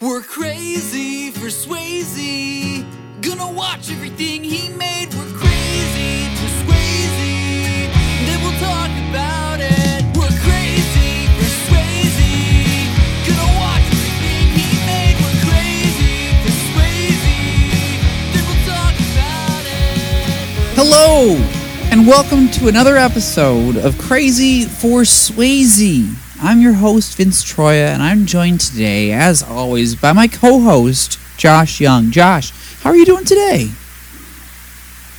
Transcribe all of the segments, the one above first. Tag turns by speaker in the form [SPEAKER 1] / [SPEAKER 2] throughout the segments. [SPEAKER 1] We're crazy for Swayze. Gonna watch everything he made. We're crazy for Swayze. Then we'll talk about it. We're crazy for Swayze. Gonna watch everything he made. We're crazy for Swayze. Then we'll talk about it.
[SPEAKER 2] Hello, and welcome to another episode of Crazy for Swayze. I'm your host, Vince Troya, and I'm joined today, as always, by my co host, Josh Young. Josh, how are you doing today?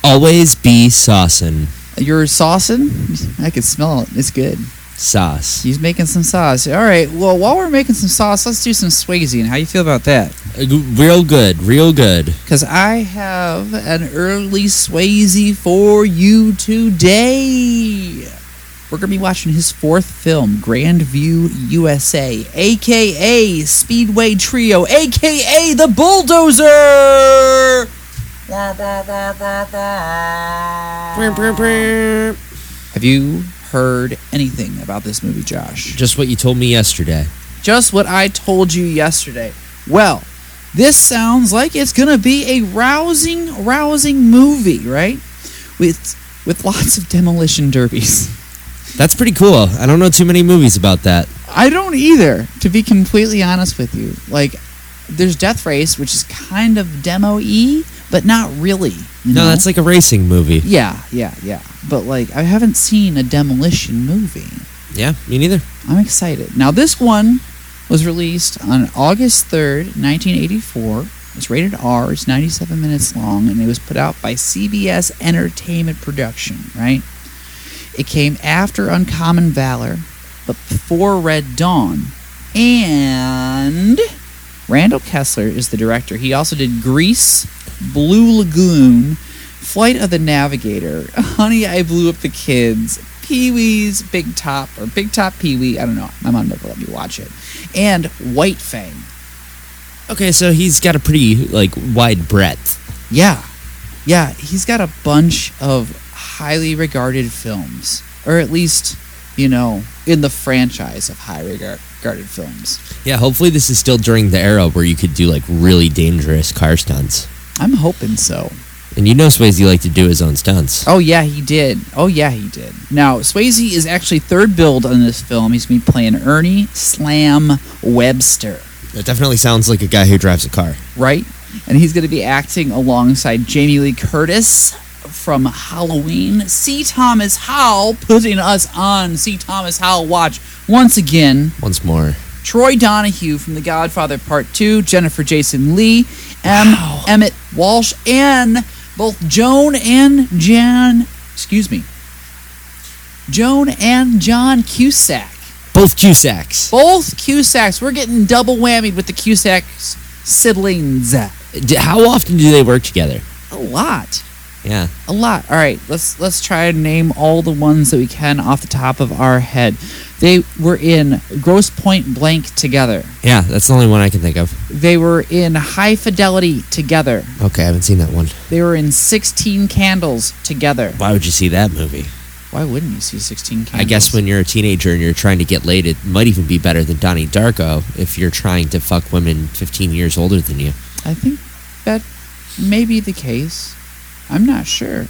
[SPEAKER 3] Always be saucin'.
[SPEAKER 2] You're saucing? I can smell it. It's good.
[SPEAKER 3] Sauce.
[SPEAKER 2] He's making some sauce. All right, well, while we're making some sauce, let's do some Swayze. And how you feel about that?
[SPEAKER 3] Uh, g- Real good, real good.
[SPEAKER 2] Because I have an early Swayze for you today. We're going to be watching his fourth film, Grand View USA, aka Speedway Trio, aka The Bulldozer. Have you heard anything about this movie, Josh?
[SPEAKER 3] Just what you told me yesterday.
[SPEAKER 2] Just what I told you yesterday. Well, this sounds like it's going to be a rousing, rousing movie, right? With with lots of demolition derbies.
[SPEAKER 3] That's pretty cool. I don't know too many movies about that.
[SPEAKER 2] I don't either, to be completely honest with you. Like, there's Death Race, which is kind of demo y, but not really. you
[SPEAKER 3] No,
[SPEAKER 2] know?
[SPEAKER 3] that's like a racing movie.
[SPEAKER 2] Yeah, yeah, yeah. But, like, I haven't seen a demolition movie.
[SPEAKER 3] Yeah, me neither.
[SPEAKER 2] I'm excited. Now, this one was released on August 3rd, 1984. It's rated R, it's 97 minutes long, and it was put out by CBS Entertainment Production, right? It came after Uncommon Valor, but before Red Dawn. And Randall Kessler is the director. He also did Grease, Blue Lagoon, Flight of the Navigator, Honey, I Blew Up the Kids, Pee Wee's Big Top, or Big Top Pee Wee. I don't know. My mom never let me watch it. And White Fang.
[SPEAKER 3] Okay, so he's got a pretty like wide breadth.
[SPEAKER 2] Yeah. Yeah. He's got a bunch of highly regarded films, or at least, you know, in the franchise of high regar- regarded films.
[SPEAKER 3] Yeah, hopefully this is still during the era where you could do like really dangerous car stunts.
[SPEAKER 2] I'm hoping so.
[SPEAKER 3] And you know Swayze liked to do his own stunts.
[SPEAKER 2] Oh yeah, he did. Oh yeah, he did. Now Swayze is actually third build on this film. He's gonna be playing Ernie Slam Webster,
[SPEAKER 3] That definitely sounds like a guy who drives a car.
[SPEAKER 2] right? And he's gonna be acting alongside Jamie Lee Curtis from Halloween. C. Thomas Howell putting us on C. Thomas Howell watch once again.
[SPEAKER 3] Once more.
[SPEAKER 2] Troy Donahue from The Godfather Part 2, Jennifer Jason Lee, M. Emmett Walsh, and both Joan and Jan, excuse me, Joan and John Cusack.
[SPEAKER 3] Both Cusacks.
[SPEAKER 2] Both Cusacks. We're getting double whammied with the Cusack siblings. A
[SPEAKER 3] D- How often do they work together?
[SPEAKER 2] lot.
[SPEAKER 3] Yeah.
[SPEAKER 2] A lot. All right, let's let's try and name all the ones that we can off the top of our head. They were in Gross Point Blank together.
[SPEAKER 3] Yeah, that's the only one I can think of.
[SPEAKER 2] They were in High Fidelity together.
[SPEAKER 3] Okay, I haven't seen that one.
[SPEAKER 2] They were in 16 Candles together.
[SPEAKER 3] Why would you see that movie?
[SPEAKER 2] Why wouldn't you see 16 Candles?
[SPEAKER 3] I guess when you're a teenager and you're trying to get laid, it might even be better than Donnie Darko if you're trying to fuck women 15 years older than you.
[SPEAKER 2] I think that may be the case. I'm not sure.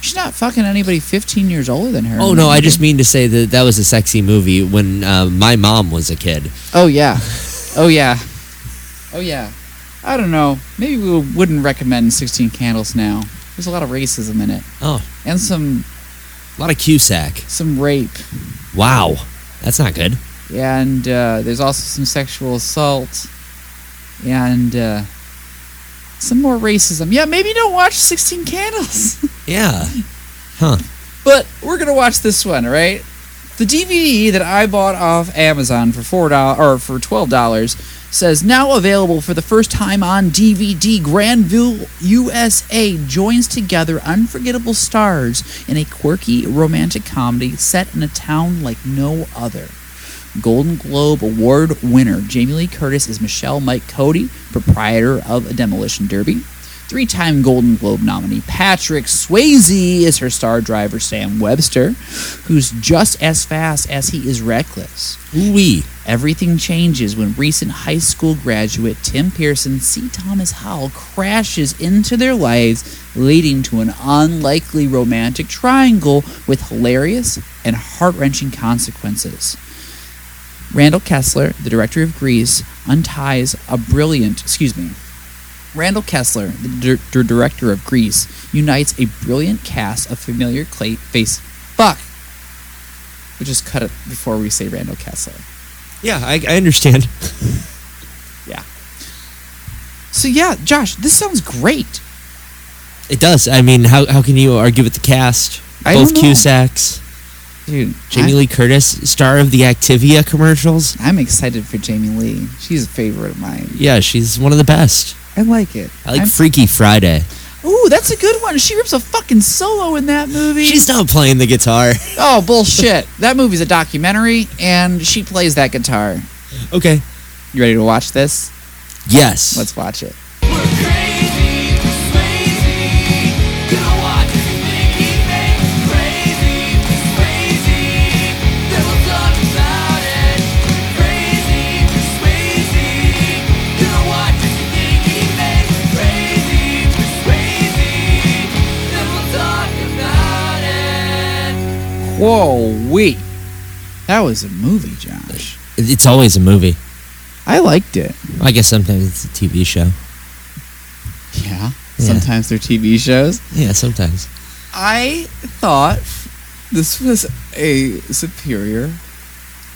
[SPEAKER 2] She's not fucking anybody 15 years older than her.
[SPEAKER 3] Hmm. Oh no, I just mean to say that that was a sexy movie when uh, my mom was a kid.
[SPEAKER 2] Oh yeah. Oh yeah. Oh yeah. I don't know. Maybe we wouldn't recommend 16 Candles now. There's a lot of racism in it
[SPEAKER 3] Oh,
[SPEAKER 2] and some
[SPEAKER 3] a lot of Cusack.
[SPEAKER 2] some rape.
[SPEAKER 3] Wow, that's not good.
[SPEAKER 2] and uh, there's also some sexual assault and uh, some more racism. Yeah, maybe don't watch 16 Candles,
[SPEAKER 3] Yeah,
[SPEAKER 2] but we're gonna watch this one, all right? The DVD that I bought off Amazon for four dollars or for twelve dollars says now available for the first time on DVD. Grandville USA joins together unforgettable stars in a quirky romantic comedy set in a town like no other. Golden Globe Award winner Jamie Lee Curtis is Michelle Mike Cody, proprietor of a demolition derby. Three time Golden Globe nominee Patrick Swayze is her star driver, Sam Webster, who's just as fast as he is reckless.
[SPEAKER 3] Ooh-wee.
[SPEAKER 2] Everything changes when recent high school graduate Tim Pearson C. Thomas Howell crashes into their lives, leading to an unlikely romantic triangle with hilarious and heart wrenching consequences. Randall Kessler, the director of Grease, unties a brilliant, excuse me, Randall Kessler, the dir- dir- director of Grease, unites a brilliant cast of familiar clay face. Fuck! We'll just cut it before we say Randall Kessler.
[SPEAKER 3] Yeah, I, I understand.
[SPEAKER 2] So yeah, Josh, this sounds great.
[SPEAKER 3] It does. I mean, how, how can you argue with the cast?
[SPEAKER 2] I
[SPEAKER 3] Both
[SPEAKER 2] don't know.
[SPEAKER 3] Cusacks,
[SPEAKER 2] Dude,
[SPEAKER 3] Jamie Lee Curtis, star of the Activia commercials.
[SPEAKER 2] I, am excited for Jamie Lee. She's a favorite of mine.
[SPEAKER 3] Yeah, she's one of the best.
[SPEAKER 2] I like it.
[SPEAKER 3] I like
[SPEAKER 2] I'm-
[SPEAKER 3] Freaky Friday.
[SPEAKER 2] Ooh, that's a good one. She rips a fucking solo in that movie.
[SPEAKER 3] She's not playing the guitar.
[SPEAKER 2] oh bullshit. that movie's a documentary and she plays that guitar.
[SPEAKER 3] Okay.
[SPEAKER 2] You ready to watch this?
[SPEAKER 3] Yes.
[SPEAKER 2] Let's watch it.
[SPEAKER 1] We're crazy, crazy. Gonna watch everything he makes. Crazy, crazy. Then we'll talk about it. Crazy, crazy. Gonna watch everything he makes. Crazy, crazy. Then we'll talk about it.
[SPEAKER 2] Whoa, wait. That was a movie, Josh.
[SPEAKER 3] It- It's always a movie.
[SPEAKER 2] I liked it.
[SPEAKER 3] Well, I guess sometimes it's a TV show.
[SPEAKER 2] Yeah.
[SPEAKER 3] Yeah.
[SPEAKER 2] Sometimes they're TV shows.
[SPEAKER 3] Yeah, sometimes.
[SPEAKER 2] I thought this was a superior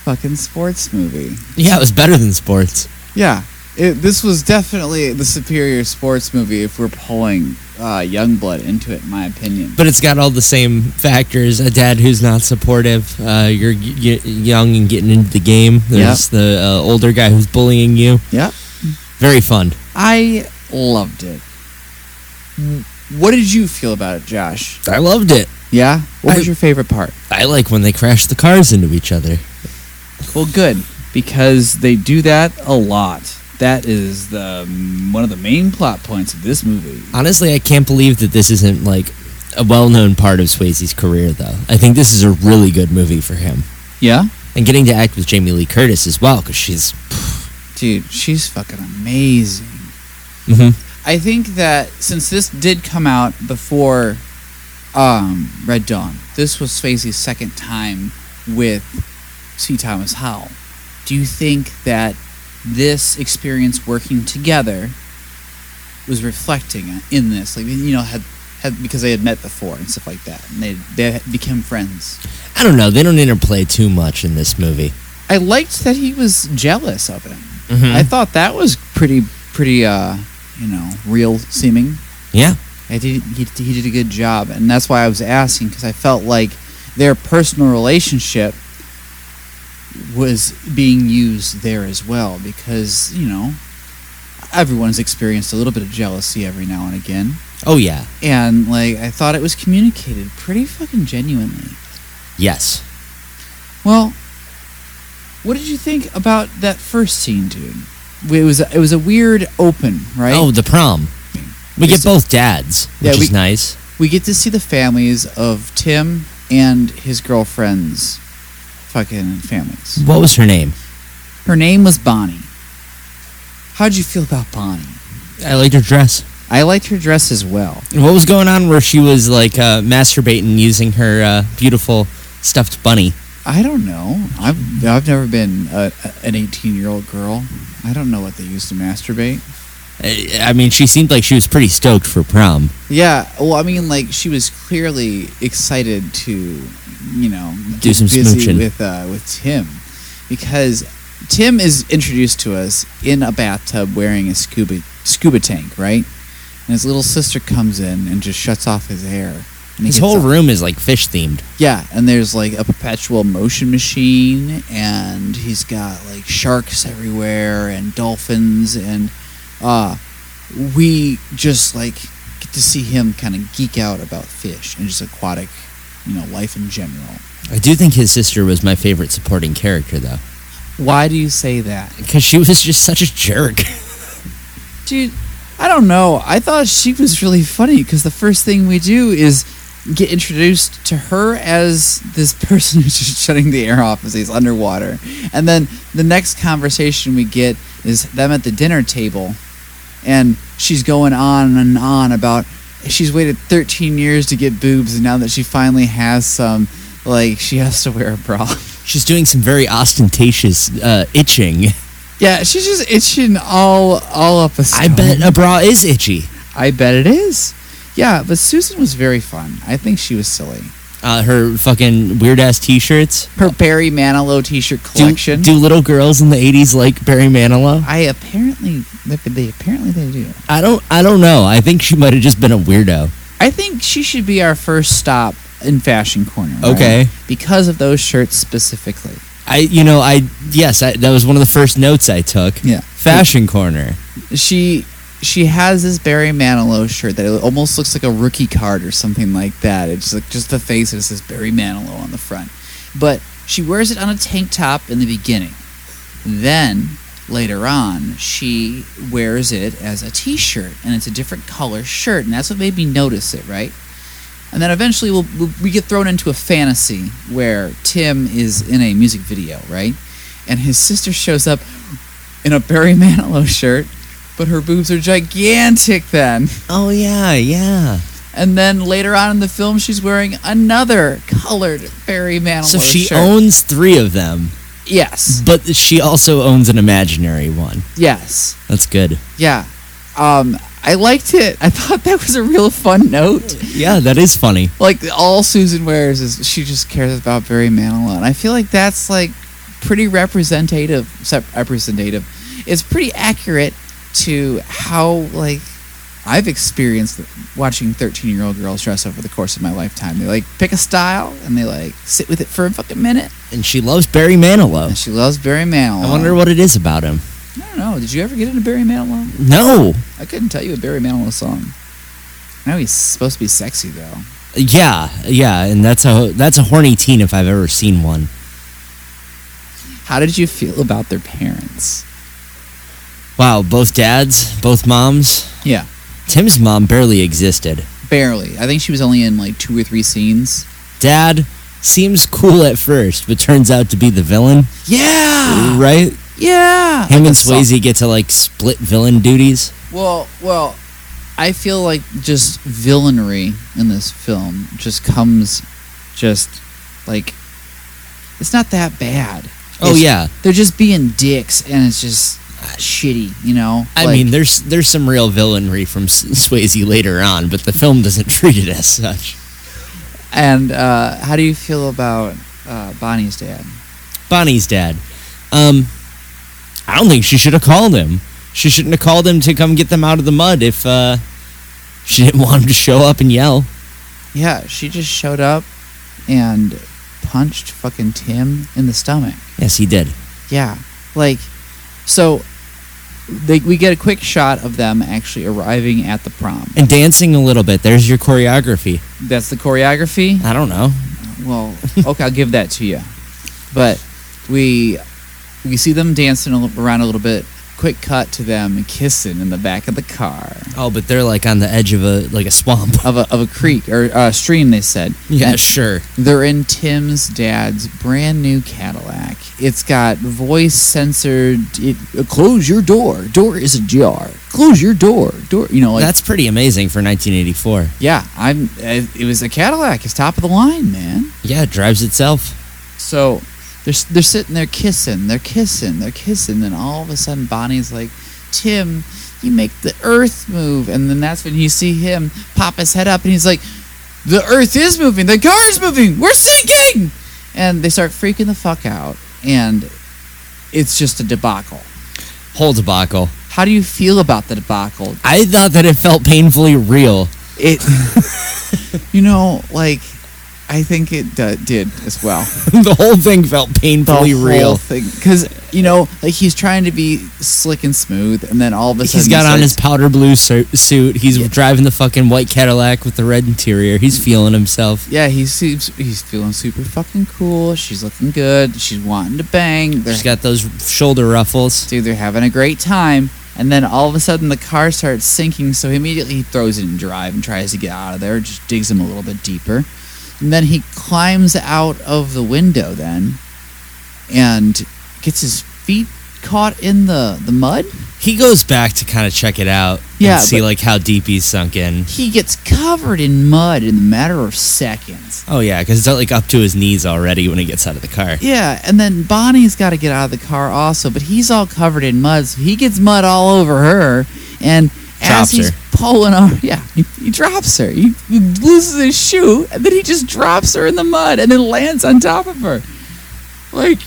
[SPEAKER 2] fucking sports movie.
[SPEAKER 3] Yeah, it was better than sports.
[SPEAKER 2] Yeah, it, this was definitely the superior sports movie if we're pulling uh, Youngblood into it, in my opinion.
[SPEAKER 3] But it's got all the same factors: a dad who's not supportive, uh, you're y- y- young and getting into the game. There's the uh, older guy who's bullying you.
[SPEAKER 2] Yep.
[SPEAKER 3] Very fun.
[SPEAKER 2] I loved it. Mm, What did you feel about it, Josh?
[SPEAKER 3] I loved it.
[SPEAKER 2] Yeah? What was
[SPEAKER 3] I-
[SPEAKER 2] your favorite part?
[SPEAKER 3] I like when they crash the cars into each other.
[SPEAKER 2] Well, good because they do that a lot. That is the um, one of the main plot points of this movie.
[SPEAKER 3] Honestly, I can't believe that this isn't like a well-known part of Swayze's career, though. I think this is a really good movie for him,
[SPEAKER 2] Yeah,
[SPEAKER 3] and getting to act with Jamie Lee Curtis as well, because she's.
[SPEAKER 2] dude, she's fucking amazing.
[SPEAKER 3] Mhm.
[SPEAKER 2] I think that since this did come out before um, Red Dawn, this was Swayze's second time with C. Thomas Howell. Do you think that this experience working together was reflecting in this? Like, you know, had, had because they had met before and stuff like that, and they they had become friends.
[SPEAKER 3] I don't know. They don't interplay too much in this movie.
[SPEAKER 2] I liked that he was jealous of him.
[SPEAKER 3] Mhm.
[SPEAKER 2] I thought that was pretty pretty uh, you know real seeming.
[SPEAKER 3] Yeah.
[SPEAKER 2] I did, he, he did a good job, and that's why I was asking because I felt like their personal relationship was being used there as well because you know everyone's experienced a little bit of jealousy every now and again,
[SPEAKER 3] Oh yeah.
[SPEAKER 2] and like I thought it was communicated pretty fucking genuinely.
[SPEAKER 3] Yes.
[SPEAKER 2] Well, what did you think about that first scene, dude? It was it was a weird open, right?
[SPEAKER 3] Oh, the prom. We get
[SPEAKER 2] It's a-
[SPEAKER 3] both dads,
[SPEAKER 2] Yeah,
[SPEAKER 3] which is
[SPEAKER 2] we-
[SPEAKER 3] nice.
[SPEAKER 2] we get to see the families of Tim and his girlfriend's fucking families.
[SPEAKER 3] What was her name?
[SPEAKER 2] Her name was Bonnie. How'd you feel about Bonnie?
[SPEAKER 3] I liked her dress.
[SPEAKER 2] I liked her dress as well.
[SPEAKER 3] What was going on where she was like uh, masturbating using her uh, beautiful stuffed bunny?
[SPEAKER 2] I don't know. I've I've never been a, a- an eighteen year old girl. I don't know what they use to masturbate.
[SPEAKER 3] I, I mean, she seemed like she was pretty stoked for prom.
[SPEAKER 2] Yeah. Well, I mean, like she was clearly excited to, you know,
[SPEAKER 3] Do
[SPEAKER 2] get
[SPEAKER 3] some
[SPEAKER 2] busy
[SPEAKER 3] smooching.
[SPEAKER 2] with uh, with Tim, because Tim is introduced to us in a bathtub wearing a scuba scuba tank, right? And his little sister comes in and just shuts off his hair. And he
[SPEAKER 3] His
[SPEAKER 2] gets
[SPEAKER 3] whole
[SPEAKER 2] all-
[SPEAKER 3] room is like fish themed.
[SPEAKER 2] yeah, and there's like a perpetual motion machine, and he's got like sharks everywhere and dolphins, and uh, we just like get to see him kind of geek out about fish and just aquatic, you know, life in general.
[SPEAKER 3] I do think his sister was my favorite supporting character though,
[SPEAKER 2] Why do you say that,
[SPEAKER 3] because she was just such a jerk.
[SPEAKER 2] dude? I I don't know. I thought she was really funny because the first thing we do is get introduced to her as this person who's just shutting the air off as he's underwater. And then the next conversation we get is them at the dinner table. And she's going on and on about she's waited 13 years to get boobs. And now that she finally has some, like, she has to wear a bra.
[SPEAKER 3] She's doing some very ostentatious uh, itching.
[SPEAKER 2] Yeah, she's just itching all all up a
[SPEAKER 3] I
[SPEAKER 2] storm.
[SPEAKER 3] bet a bra is itchy.
[SPEAKER 2] I bet it is. Yeah, but Susan was very fun. I think she was silly.
[SPEAKER 3] Uh, her fucking weird ass t-shirts.
[SPEAKER 2] Her Barry Manilow t-shirt
[SPEAKER 3] Do,
[SPEAKER 2] collection.
[SPEAKER 3] do little girls in the '80s like Barry Manilow?
[SPEAKER 2] I apparently they, they apparently they do.
[SPEAKER 3] I don't. I don't know. I think she might have just been a weirdo.
[SPEAKER 2] I think she should be our first stop in Fashion Corner. right?
[SPEAKER 3] Okay.
[SPEAKER 2] Because of those shirts specifically.
[SPEAKER 3] I. You know. I. Yes. I, that was one of the first notes I took.
[SPEAKER 2] Yeah.
[SPEAKER 3] Fashion corner.
[SPEAKER 2] She she has this Barry Manilow shirt that almost looks like a rookie card or something like that. It's like just the face and it says Barry Manilow on the front. But she wears it on a tank top in the beginning. Then later on, she wears it as a t-shirt and it's a different color shirt and that's what made me notice it, right? And then eventually we'll, we'll, we get thrown into a fantasy where Tim is in a music video, right? And his sister shows up in a Barry Manilow shirt, but her boobs are gigantic then.
[SPEAKER 3] Oh yeah. Yeah.
[SPEAKER 2] And then later on in the film, she's wearing another colored Barry Manilow
[SPEAKER 3] So she
[SPEAKER 2] shirt.
[SPEAKER 3] owns three of them,
[SPEAKER 2] yes,
[SPEAKER 3] but she also owns an imaginary one.
[SPEAKER 2] yes,
[SPEAKER 3] That's good.
[SPEAKER 2] yeah. Um, I liked it. I thought that was a real fun note.
[SPEAKER 3] Yeah, that is funny.
[SPEAKER 2] Like all Susan wears is she just cares about Barry Manilow, and I feel like that's like pretty representative. sep- Representative, it's pretty accurate to how like I've experienced watching thirteen-year-old girls dress over the course of my lifetime. They like pick a style and they like sit with it for a fucking minute.
[SPEAKER 3] And she loves Barry Manilow.
[SPEAKER 2] And she loves Barry Manilow.
[SPEAKER 3] I wonder what it is about him.
[SPEAKER 2] I don't know. Did you ever get into Barry Manilow?
[SPEAKER 3] No.
[SPEAKER 2] I couldn't tell you a Barry Manilow song. I know he's supposed to be sexy though.
[SPEAKER 3] Yeah, yeah, and that's a that's a horny teen if I've ever seen one.
[SPEAKER 2] How did you feel about their parents?
[SPEAKER 3] Wow, both dads, both moms.
[SPEAKER 2] Yeah.
[SPEAKER 3] Tim's mom barely existed.
[SPEAKER 2] Barely. I think she was only in like two or three scenes.
[SPEAKER 3] Dad seems cool at first, but turns out to be the villain,
[SPEAKER 2] Yeah.
[SPEAKER 3] right?
[SPEAKER 2] Yeah.
[SPEAKER 3] Him and
[SPEAKER 2] Like a song-
[SPEAKER 3] Swayze get to like split villain duties.
[SPEAKER 2] Well, well, I feel like just villainry in this film just comes just like it's not that bad.
[SPEAKER 3] Oh
[SPEAKER 2] It's-
[SPEAKER 3] yeah,
[SPEAKER 2] They're just being dicks and it's just uh, shitty, you know?
[SPEAKER 3] I
[SPEAKER 2] Like-
[SPEAKER 3] mean there's there's some real villainry from S- Swayze later on, but the film doesn't treat it as such.
[SPEAKER 2] And uh, how do you feel about uh, Bonnie's dad?
[SPEAKER 3] Bonnie's dad. Um, I don't think she should have called him. She shouldn't have called him to come get them out of the mud if uh, she didn't want him to show up and yell.
[SPEAKER 2] Yeah, she just showed up and punched fucking Tim in the stomach.
[SPEAKER 3] Yes, he did.
[SPEAKER 2] Yeah, like so. They, we get a quick shot of them actually arriving at the prom.
[SPEAKER 3] And dancing a little bit. There's your choreography.
[SPEAKER 2] That's the choreography.
[SPEAKER 3] I don't know.
[SPEAKER 2] Well, okay, I'll give that to you. But we we see them dancing a li- around a little bit. Quick cut to them kissing in the back of the car
[SPEAKER 3] Oh, but they're like on the edge of a like a swamp.
[SPEAKER 2] of a of a creek or uh, stream. They said.
[SPEAKER 3] Yeah,
[SPEAKER 2] And-
[SPEAKER 3] sure.
[SPEAKER 2] They're in Tim's dad's brand new Cadillac. It's got voice censored. It, uh, close your door. Door is ajar. Close your door. Door. You know, like
[SPEAKER 3] That's pretty amazing for 1984.
[SPEAKER 2] yeah. I'm. I, it was a Cadillac. It's top of the line, man.
[SPEAKER 3] Yeah, it drives itself.
[SPEAKER 2] So they're s- they're sitting there kissing. They're kissing. They're kissing. Then all of a sudden, Bonnie's like, "Tim, you make the Earth move." And then that's when you see him pop his head up, and he's like, "The Earth is moving. The car is moving. We're sinking!" And they start freaking the fuck out, and it's just a debacle.
[SPEAKER 3] Whole debacle.
[SPEAKER 2] How do you feel about the debacle?
[SPEAKER 3] I thought that it felt painfully real.
[SPEAKER 2] It, you know, like I think it d- did as well.
[SPEAKER 3] the whole thing felt painfully
[SPEAKER 2] the whole
[SPEAKER 3] real.
[SPEAKER 2] thing because you know like he's trying to be slick and smooth and then all of a sudden
[SPEAKER 3] He's got
[SPEAKER 2] he
[SPEAKER 3] on his
[SPEAKER 2] starts-
[SPEAKER 3] powder blue su- suit. He's driving the fucking white Cadillac with the red interior. He's feeling himself.
[SPEAKER 2] yeah he seems he's feeling super fucking cool she's looking good she's wanting to bang they're,
[SPEAKER 3] He's got those shoulder ruffles.
[SPEAKER 2] dude they're having a great time And then all of a sudden the car starts sinking, so he immediately throws it in drive and tries to get out of there, just digs him a little bit deeper. And then he climbs out of the window then and gets his feet caught in the, the mud.
[SPEAKER 3] He goes back to kind of check it out
[SPEAKER 2] Yeah,
[SPEAKER 3] and see
[SPEAKER 2] but-
[SPEAKER 3] like how deep he's sunk in.
[SPEAKER 2] He gets covered in mud in a matter of seconds.
[SPEAKER 3] Oh yeah, because it's like up to his knees already when he gets out of the car.
[SPEAKER 2] Yeah, and then Bonnie's got to get out of the car also, but he's all covered in mud, so he gets mud all over her. And as
[SPEAKER 3] Drops
[SPEAKER 2] he's
[SPEAKER 3] her.
[SPEAKER 2] pulling on, yeah, he, he drops her. He, he loses his shoe, and then he just drops her in the mud, and then lands on top of her. Like,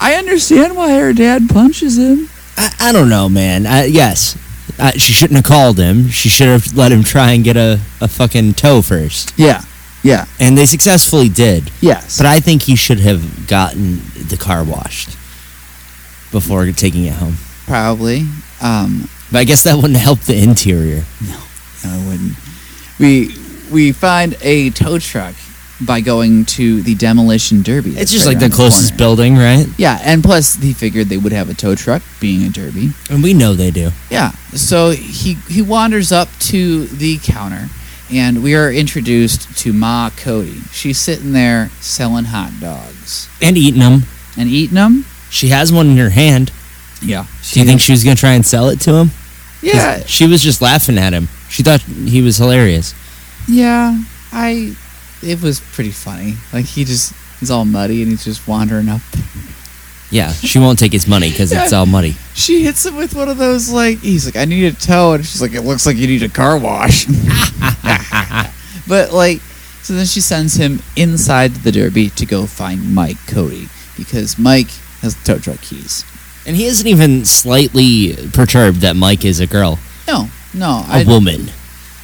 [SPEAKER 2] I understand why her dad punches him.
[SPEAKER 3] I, I don't know, man. I, yes, I, she shouldn't have called him. She should have let him try and get a, a fucking toe first,
[SPEAKER 2] Yeah, yeah,
[SPEAKER 3] and they successfully did.
[SPEAKER 2] yes.
[SPEAKER 3] But I think he should have gotten the car washed before taking it home.
[SPEAKER 2] probably. Um,
[SPEAKER 3] But I guess that wouldn't help the interior.
[SPEAKER 2] No, it wouldn't. We we find a tow truck by going to the demolition derby.
[SPEAKER 3] It's
[SPEAKER 2] that's
[SPEAKER 3] just
[SPEAKER 2] right
[SPEAKER 3] like
[SPEAKER 2] around
[SPEAKER 3] the closest
[SPEAKER 2] corner.
[SPEAKER 3] building, right?
[SPEAKER 2] Yeah, and plus he figured they would have a tow truck being a derby.
[SPEAKER 3] And we know they do.
[SPEAKER 2] Yeah. So he he wanders up to the counter and we are introduced to Ma Cody. She's sitting there selling hot dogs
[SPEAKER 3] And eating them.
[SPEAKER 2] and eating them.
[SPEAKER 3] She has one in her hand.
[SPEAKER 2] Yeah.
[SPEAKER 3] Do you think she was going to try and sell it to him? 'Cause
[SPEAKER 2] Yeah.
[SPEAKER 3] She was just laughing at him. She thought he was hilarious.
[SPEAKER 2] Yeah, I. It was pretty funny. Like he just is all muddy and he's just wandering up
[SPEAKER 3] Yeah, she won't take his money because it's
[SPEAKER 2] Yeah.
[SPEAKER 3] all muddy.
[SPEAKER 2] She hits him with one of those like he's like, I need a tow, and she's like, It looks like you need a car wash. but like so then she sends him inside the derby to go find Mike Cody because Mike has the tow truck keys.
[SPEAKER 3] And he isn't even slightly perturbed that Mike is a girl,
[SPEAKER 2] No, no,
[SPEAKER 3] a
[SPEAKER 2] I,
[SPEAKER 3] woman.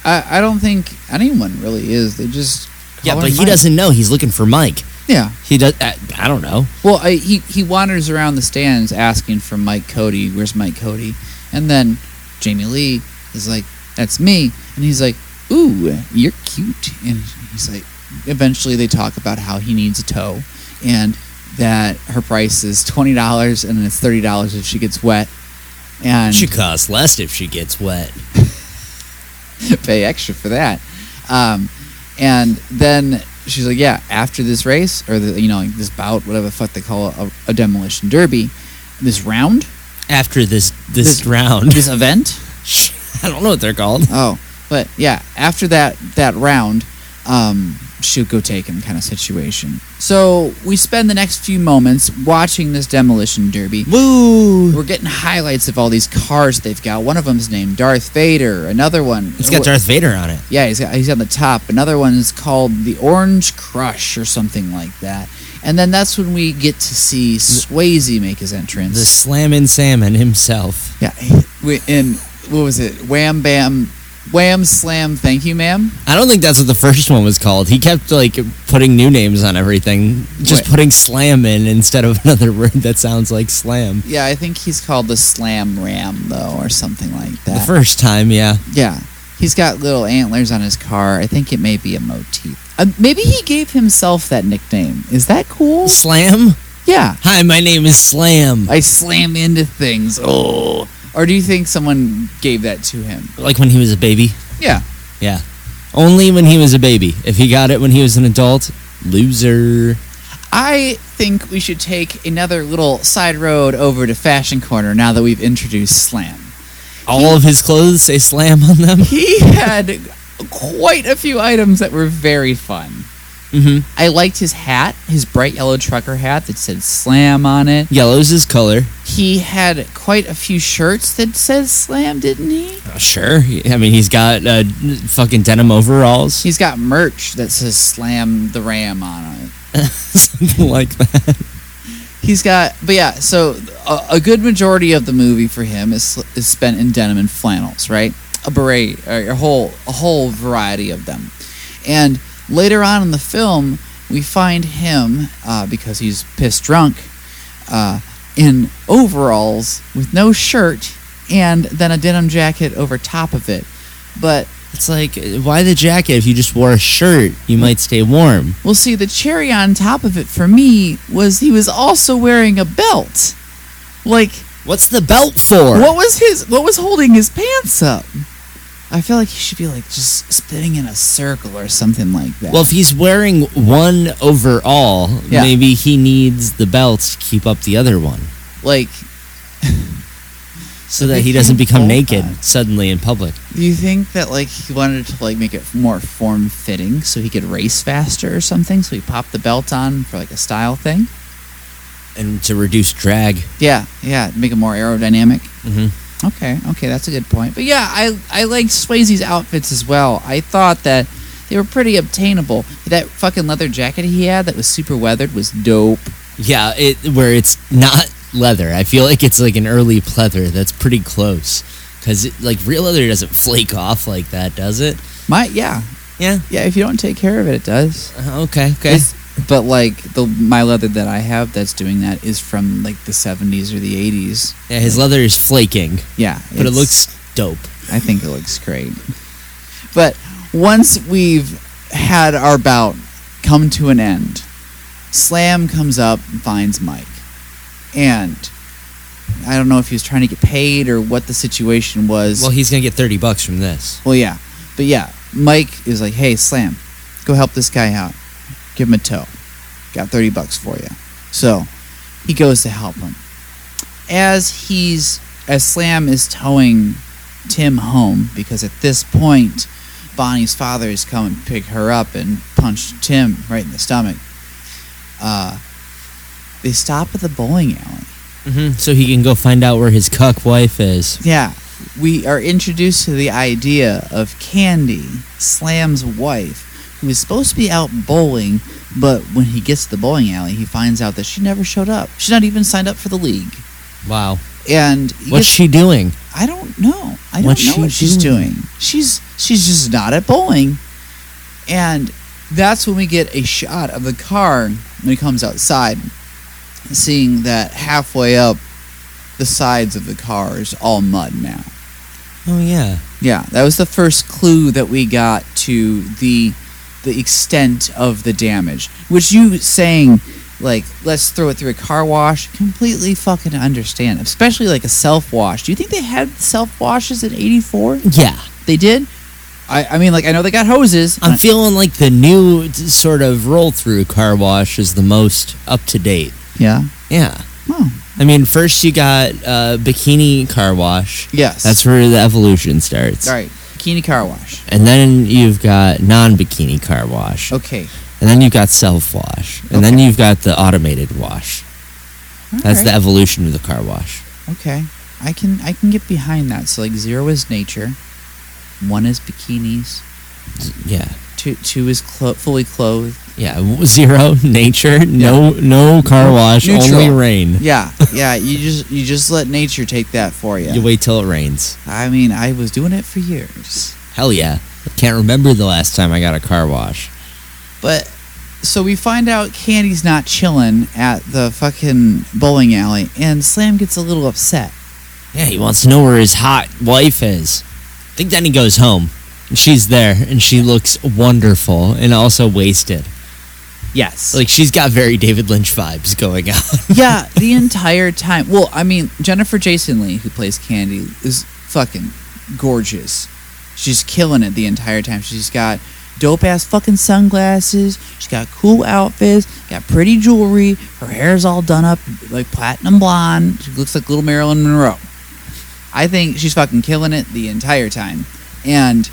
[SPEAKER 2] I I don't think anyone really is. They just call
[SPEAKER 3] Yeah,
[SPEAKER 2] her
[SPEAKER 3] but he
[SPEAKER 2] Mike.
[SPEAKER 3] doesn't know. He's looking for Mike.
[SPEAKER 2] Yeah,
[SPEAKER 3] He does. I, I don't know.
[SPEAKER 2] well, I, he he wanders around the stands asking for Mike Cody. Where's Mike Cody? And then Jamie Lee is like, "That's me," and he's like, "Ooh, you're cute." And he's like, eventually they talk about how he needs a tow, and that her price is twenty dollars, and then it's thirty dollars if she gets wet, and
[SPEAKER 3] She costs less if she gets wet.
[SPEAKER 2] pay extra for that. Um, and then she's like, "Yeah, after this race or the, you know like this bout, whatever the fuck they call it, a, a demolition derby, this round,
[SPEAKER 3] After this this,
[SPEAKER 2] This-
[SPEAKER 3] round,
[SPEAKER 2] this event.
[SPEAKER 3] I don't know what they're called.
[SPEAKER 2] Oh, but yeah, after that that round, um, she'll go take him kind of situation. So we spend the next few moments watching this demolition derby.
[SPEAKER 3] Woo!
[SPEAKER 2] We're getting highlights of all these cars they've got. One of them's named Darth Vader. Another one.
[SPEAKER 3] It's got
[SPEAKER 2] Wh-
[SPEAKER 3] Darth Vader on it.
[SPEAKER 2] Yeah, he's, got, he's on the top. Another one is called The Orange Crush or something like that. And then that's when we get to see Swayze make his entrance.
[SPEAKER 3] The Slammin' Salmon himself.
[SPEAKER 2] yeah, we, and what was it? Wham Bam, Wham Slam, Thank You Ma'am.
[SPEAKER 3] I don't think that's what the first one was called. He kept like putting new names on everything, just
[SPEAKER 2] Wait.
[SPEAKER 3] putting slam in instead of another word that sounds like slam.
[SPEAKER 2] Yeah, I think he's called the Slam Ram though, or something like
[SPEAKER 3] The
[SPEAKER 2] that.
[SPEAKER 3] first time, yeah.
[SPEAKER 2] yeah, he's got little antlers on his car. I think it may be a motif. Uh, maybe he gave himself that nickname. Is that cool?
[SPEAKER 3] Slam?
[SPEAKER 2] Yeah.
[SPEAKER 3] Hi, my name is Slam.
[SPEAKER 2] I slam into things. Oh. Or do you think someone gave that to him?
[SPEAKER 3] Like when he was a baby.
[SPEAKER 2] Yeah.
[SPEAKER 3] Yeah. Only when he was a baby. If he got it when he was an adult, loser.
[SPEAKER 2] I think we should take another little side road over to Fashion Corner now that we've introduced Slam.
[SPEAKER 3] All of his clothes say slam on them.
[SPEAKER 2] He had quite a few items that were very fun.
[SPEAKER 3] Mm-hmm.
[SPEAKER 2] I liked his hat, his bright yellow trucker hat that said Slam on it.
[SPEAKER 3] Yellow's his color.
[SPEAKER 2] He had quite a few shirts that said Slam, didn't he?
[SPEAKER 3] Oh, sure. I mean, he's got uh, fucking denim overalls.
[SPEAKER 2] He's got merch that says Slam the Ram on it.
[SPEAKER 3] Something like that.
[SPEAKER 2] He's got, but yeah. So a, a good majority of the movie for him is is spent in denim and flannels, right? A beret, or a whole a whole variety of them. And later on in the film, we find him uh, because he's pissed drunk uh, in overalls with no shirt and then a denim jacket over top of it. But
[SPEAKER 3] It's like, uh, why the jacket? If you just wore a shirt, you might stay warm.
[SPEAKER 2] Well, see, the cherry on top of it for me was he was also wearing a belt. Like,
[SPEAKER 3] What's the belt for?
[SPEAKER 2] What was his? What was holding his pants up? I feel like he should be like just spinning in a circle or something like that.
[SPEAKER 3] Well, if he's wearing one overall,
[SPEAKER 2] Yeah.
[SPEAKER 3] maybe he needs the belt to keep up the other one
[SPEAKER 2] like,
[SPEAKER 3] so
[SPEAKER 2] They
[SPEAKER 3] that he doesn't
[SPEAKER 2] can't
[SPEAKER 3] become
[SPEAKER 2] both
[SPEAKER 3] naked
[SPEAKER 2] have.
[SPEAKER 3] suddenly in public.
[SPEAKER 2] do you think that like he wanted to like make it more form fitting so he could race faster or something? So he popped the belt on for like a style thing.
[SPEAKER 3] And to reduce drag.
[SPEAKER 2] Yeah, yeah, make it more aerodynamic.
[SPEAKER 3] Mm-hmm.
[SPEAKER 2] Okay, okay, that's a good point. But yeah, I I like Swayze's outfits as well. I thought that they were pretty obtainable. That fucking leather jacket he had that was super weathered was dope.
[SPEAKER 3] Yeah, it where it's not leather. I feel like it's like an early pleather. That's pretty close. Because like real leather doesn't flake off like that, does it?
[SPEAKER 2] My yeah,
[SPEAKER 3] Yeah.
[SPEAKER 2] yeah. If you don't take care of it, it does.
[SPEAKER 3] Uh, Okay. Okay.
[SPEAKER 2] It's- but like the my leather that I have that's doing that is from like the seventies or the eighties.
[SPEAKER 3] yeah, his leather is flaking,
[SPEAKER 2] Yeah,
[SPEAKER 3] but it
[SPEAKER 2] it's-
[SPEAKER 3] looks dope.
[SPEAKER 2] I think it looks great. But once we've had our bout come to an end, Slam comes up and finds Mike. And I don't know if he was trying to get paid or what the situation was.
[SPEAKER 3] Well, he's gonna get thirty bucks from this.
[SPEAKER 2] Well, yeah. But yeah, Mike is like, hey, Slam, go help this guy out. Give him a tow. Got 30 bucks for you. So he goes to help him. As he's, as Slam is towing Tim home, because at this point, Bonnie's father has come and picked her up and punched Tim right in the stomach. Uh, they stop at the bowling alley.
[SPEAKER 3] hmm So he can go find out where his cuck wife is.
[SPEAKER 2] Yeah, we are introduced to the idea of Candy, Slam's wife, who is supposed to be out bowling, but when he gets to the bowling alley, he finds out that she never showed up. She's not even signed up for the league.
[SPEAKER 3] Wow.
[SPEAKER 2] And he
[SPEAKER 3] What's
[SPEAKER 2] gets-
[SPEAKER 3] she doing?
[SPEAKER 2] I don't know. I don't
[SPEAKER 3] What's
[SPEAKER 2] know
[SPEAKER 3] she
[SPEAKER 2] what she's
[SPEAKER 3] doing?
[SPEAKER 2] doing. She's she's just not at bowling, and that's when we get a shot of the car when it comes outside, seeing that halfway up, the sides of the car is all mud now.
[SPEAKER 3] Oh yeah.
[SPEAKER 2] Yeah, that was the first clue that we got to the the extent of the damage. Which you saying like let's throw it through a car wash, completely fucking understand. Especially like a self wash. Do you think they had self washes in '84?
[SPEAKER 3] Yeah.
[SPEAKER 2] They did. I I mean like I know they got hoses.
[SPEAKER 3] I'm feeling like the new t- sort of roll through car wash is the most up to date.
[SPEAKER 2] yeah.
[SPEAKER 3] Yeah.
[SPEAKER 2] Oh
[SPEAKER 3] I mean, first you got uh, bikini car wash.
[SPEAKER 2] yes.
[SPEAKER 3] That's where the evolution starts.
[SPEAKER 2] all right. Bikini car wash.
[SPEAKER 3] And then you've got non bikini car wash.
[SPEAKER 2] Okay.
[SPEAKER 3] And then you've got self wash. And then
[SPEAKER 2] Okay.
[SPEAKER 3] you've got the automated wash. That's the evolution of the car wash.
[SPEAKER 2] the okay. I can I can get behind that. So like zero is nature, one is bikinis.
[SPEAKER 3] Yeah.
[SPEAKER 2] Two, two is clo- fully clothed.
[SPEAKER 3] Yeah. W- Zero, nature, no no car wash, only
[SPEAKER 2] Neutral.
[SPEAKER 3] rain.
[SPEAKER 2] Yeah, yeah. You just you just let nature take that for you.
[SPEAKER 3] You wait till it rains.
[SPEAKER 2] I mean, I was doing it for years,
[SPEAKER 3] Hell yeah. I can't remember the last time I got a car wash.
[SPEAKER 2] but so we find out Candy's not chilling at the fucking bowling alley, and Slam gets a little upset.
[SPEAKER 3] Yeah, he wants to know where his hot wife is. I think then he goes home. and She's there, and she looks wonderful and also wasted.
[SPEAKER 2] Yes.
[SPEAKER 3] Like she's got very David Lynch vibes going on.
[SPEAKER 2] yeah, the entire time. Well, I mean, Jennifer Jason Lee, who plays Candy, is fucking gorgeous. She's killing it the entire time. She's got dope ass fucking sunglasses. She's got cool outfits. Got pretty jewelry. Her hair's all done up like platinum blonde. She looks like little Marilyn Monroe. I think she's fucking killing it the entire time. And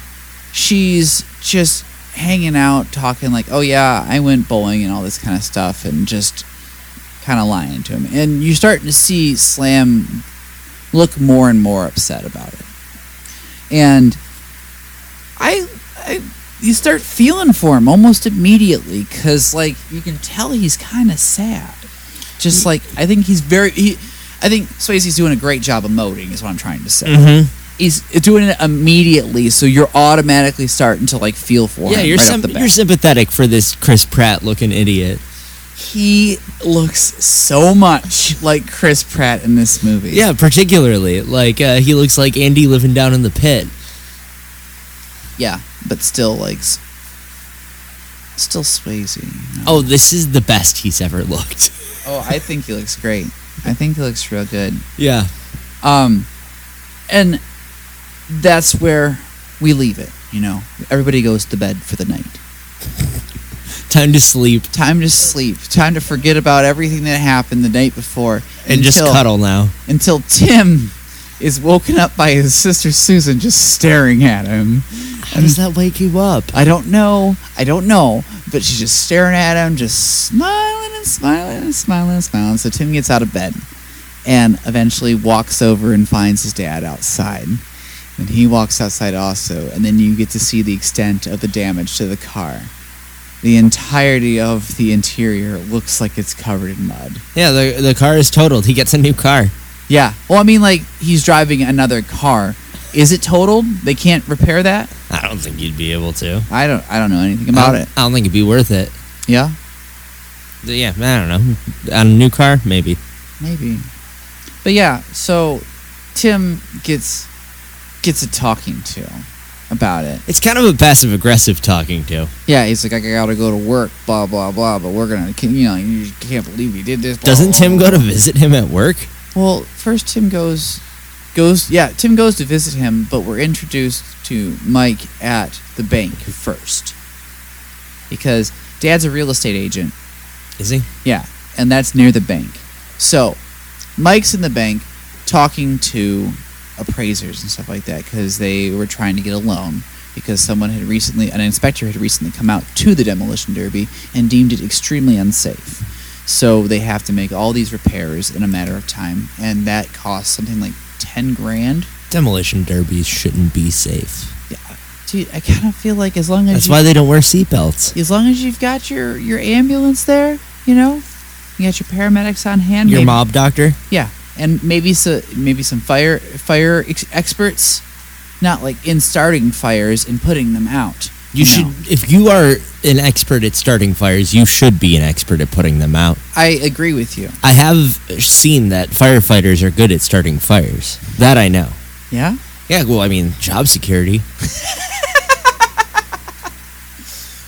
[SPEAKER 2] she's just hanging out, talking like, oh yeah, I went bowling and all this kind of stuff, and just kind of lying to him. And you're starting to see Slam look more and more upset about it. And I, I you start feeling for him almost immediately because, like, you can tell he's kind of sad. Just like I think he's very, he, I think Swayze's doing a great job emoting. Is what I'm trying to say.
[SPEAKER 3] Mm-hmm.
[SPEAKER 2] He's doing it immediately, so you're automatically starting to like feel for
[SPEAKER 3] Yeah,
[SPEAKER 2] him.
[SPEAKER 3] you're
[SPEAKER 2] right off
[SPEAKER 3] symp-
[SPEAKER 2] the bat.
[SPEAKER 3] you're sympathetic for this Chris Pratt looking idiot.
[SPEAKER 2] He looks so much like Chris Pratt in this movie.
[SPEAKER 3] Yeah, particularly like uh, he looks like Andy living down in the pit.
[SPEAKER 2] Yeah, but still like s- still Swayze.
[SPEAKER 3] Oh, this is the best he's ever looked.
[SPEAKER 2] Oh, I think he looks great. I think he looks real good.
[SPEAKER 3] Yeah,
[SPEAKER 2] Um, and that's where we leave it. You know, everybody goes to bed for the night.
[SPEAKER 3] Time to sleep
[SPEAKER 2] Time to sleep. Time to forget about everything that happened the night before.
[SPEAKER 3] and just
[SPEAKER 2] until-
[SPEAKER 3] cuddle now.
[SPEAKER 2] until Tim is woken up by his sister Susan just staring at him.
[SPEAKER 3] How does that wake you up?
[SPEAKER 2] I don't know. I don't know. But she's just staring at him, just smiling and smiling and smiling and smiling. So Tim gets out of bed and eventually walks over and finds his dad outside. And he walks outside also. And then you get to see the extent of the damage to the car. The entirety of the interior looks like it's covered in mud.
[SPEAKER 3] Yeah, the the car is totaled. He gets a new car.
[SPEAKER 2] Yeah. Well, I mean, like he's driving another car. Is it totaled? They can't repair that.
[SPEAKER 3] I don't think you'd be able to.
[SPEAKER 2] I don't. I don't know anything about
[SPEAKER 3] I don't-
[SPEAKER 2] it.
[SPEAKER 3] I don't think it'd be worth it.
[SPEAKER 2] Yeah.
[SPEAKER 3] Yeah, I don't know. On a new car, maybe.
[SPEAKER 2] Maybe. But yeah. So Tim gets gets a talking to about it.
[SPEAKER 3] It's kind of a passive aggressive talking to.
[SPEAKER 2] Yeah. He's like, I gotta go to work. Blah blah blah. But we're gonna. can- You know, you can't believe you did this. blah,
[SPEAKER 3] Doesn't
[SPEAKER 2] blah,
[SPEAKER 3] Tim
[SPEAKER 2] blah,
[SPEAKER 3] go to visit him at work?
[SPEAKER 2] Well, first Tim goes goes yeah, Tim goes to visit him, but we're introduced to Mike at the bank first. Because dad's a real estate agent,
[SPEAKER 3] Is he?
[SPEAKER 2] yeah, and that's near the bank. So, Mike's in the bank talking to appraisers and stuff like that cuz they were trying to get a loan because someone had recently an inspector had recently come out to the demolition derby and deemed it extremely unsafe. So they have to make all these repairs in a matter of time, and that costs something like ten grand.
[SPEAKER 3] Demolition derbies shouldn't be safe.
[SPEAKER 2] Dude, I kind of feel like as long as
[SPEAKER 3] That's
[SPEAKER 2] you,
[SPEAKER 3] why they don't wear seatbelts.
[SPEAKER 2] as long as you've got your your ambulance there, you know, you got your paramedics on hand,
[SPEAKER 3] Your
[SPEAKER 2] maybe-
[SPEAKER 3] mob doctor?
[SPEAKER 2] yeah, and maybe so maybe some fire fire ex- experts, not like in starting fires and putting them out.
[SPEAKER 3] You
[SPEAKER 2] know?
[SPEAKER 3] should if you are an expert at starting fires, you should be an expert at putting them out.
[SPEAKER 2] I agree with you.
[SPEAKER 3] I have seen that firefighters are good at starting fires. That I know.
[SPEAKER 2] Yeah.
[SPEAKER 3] Yeah, well, I mean, job security.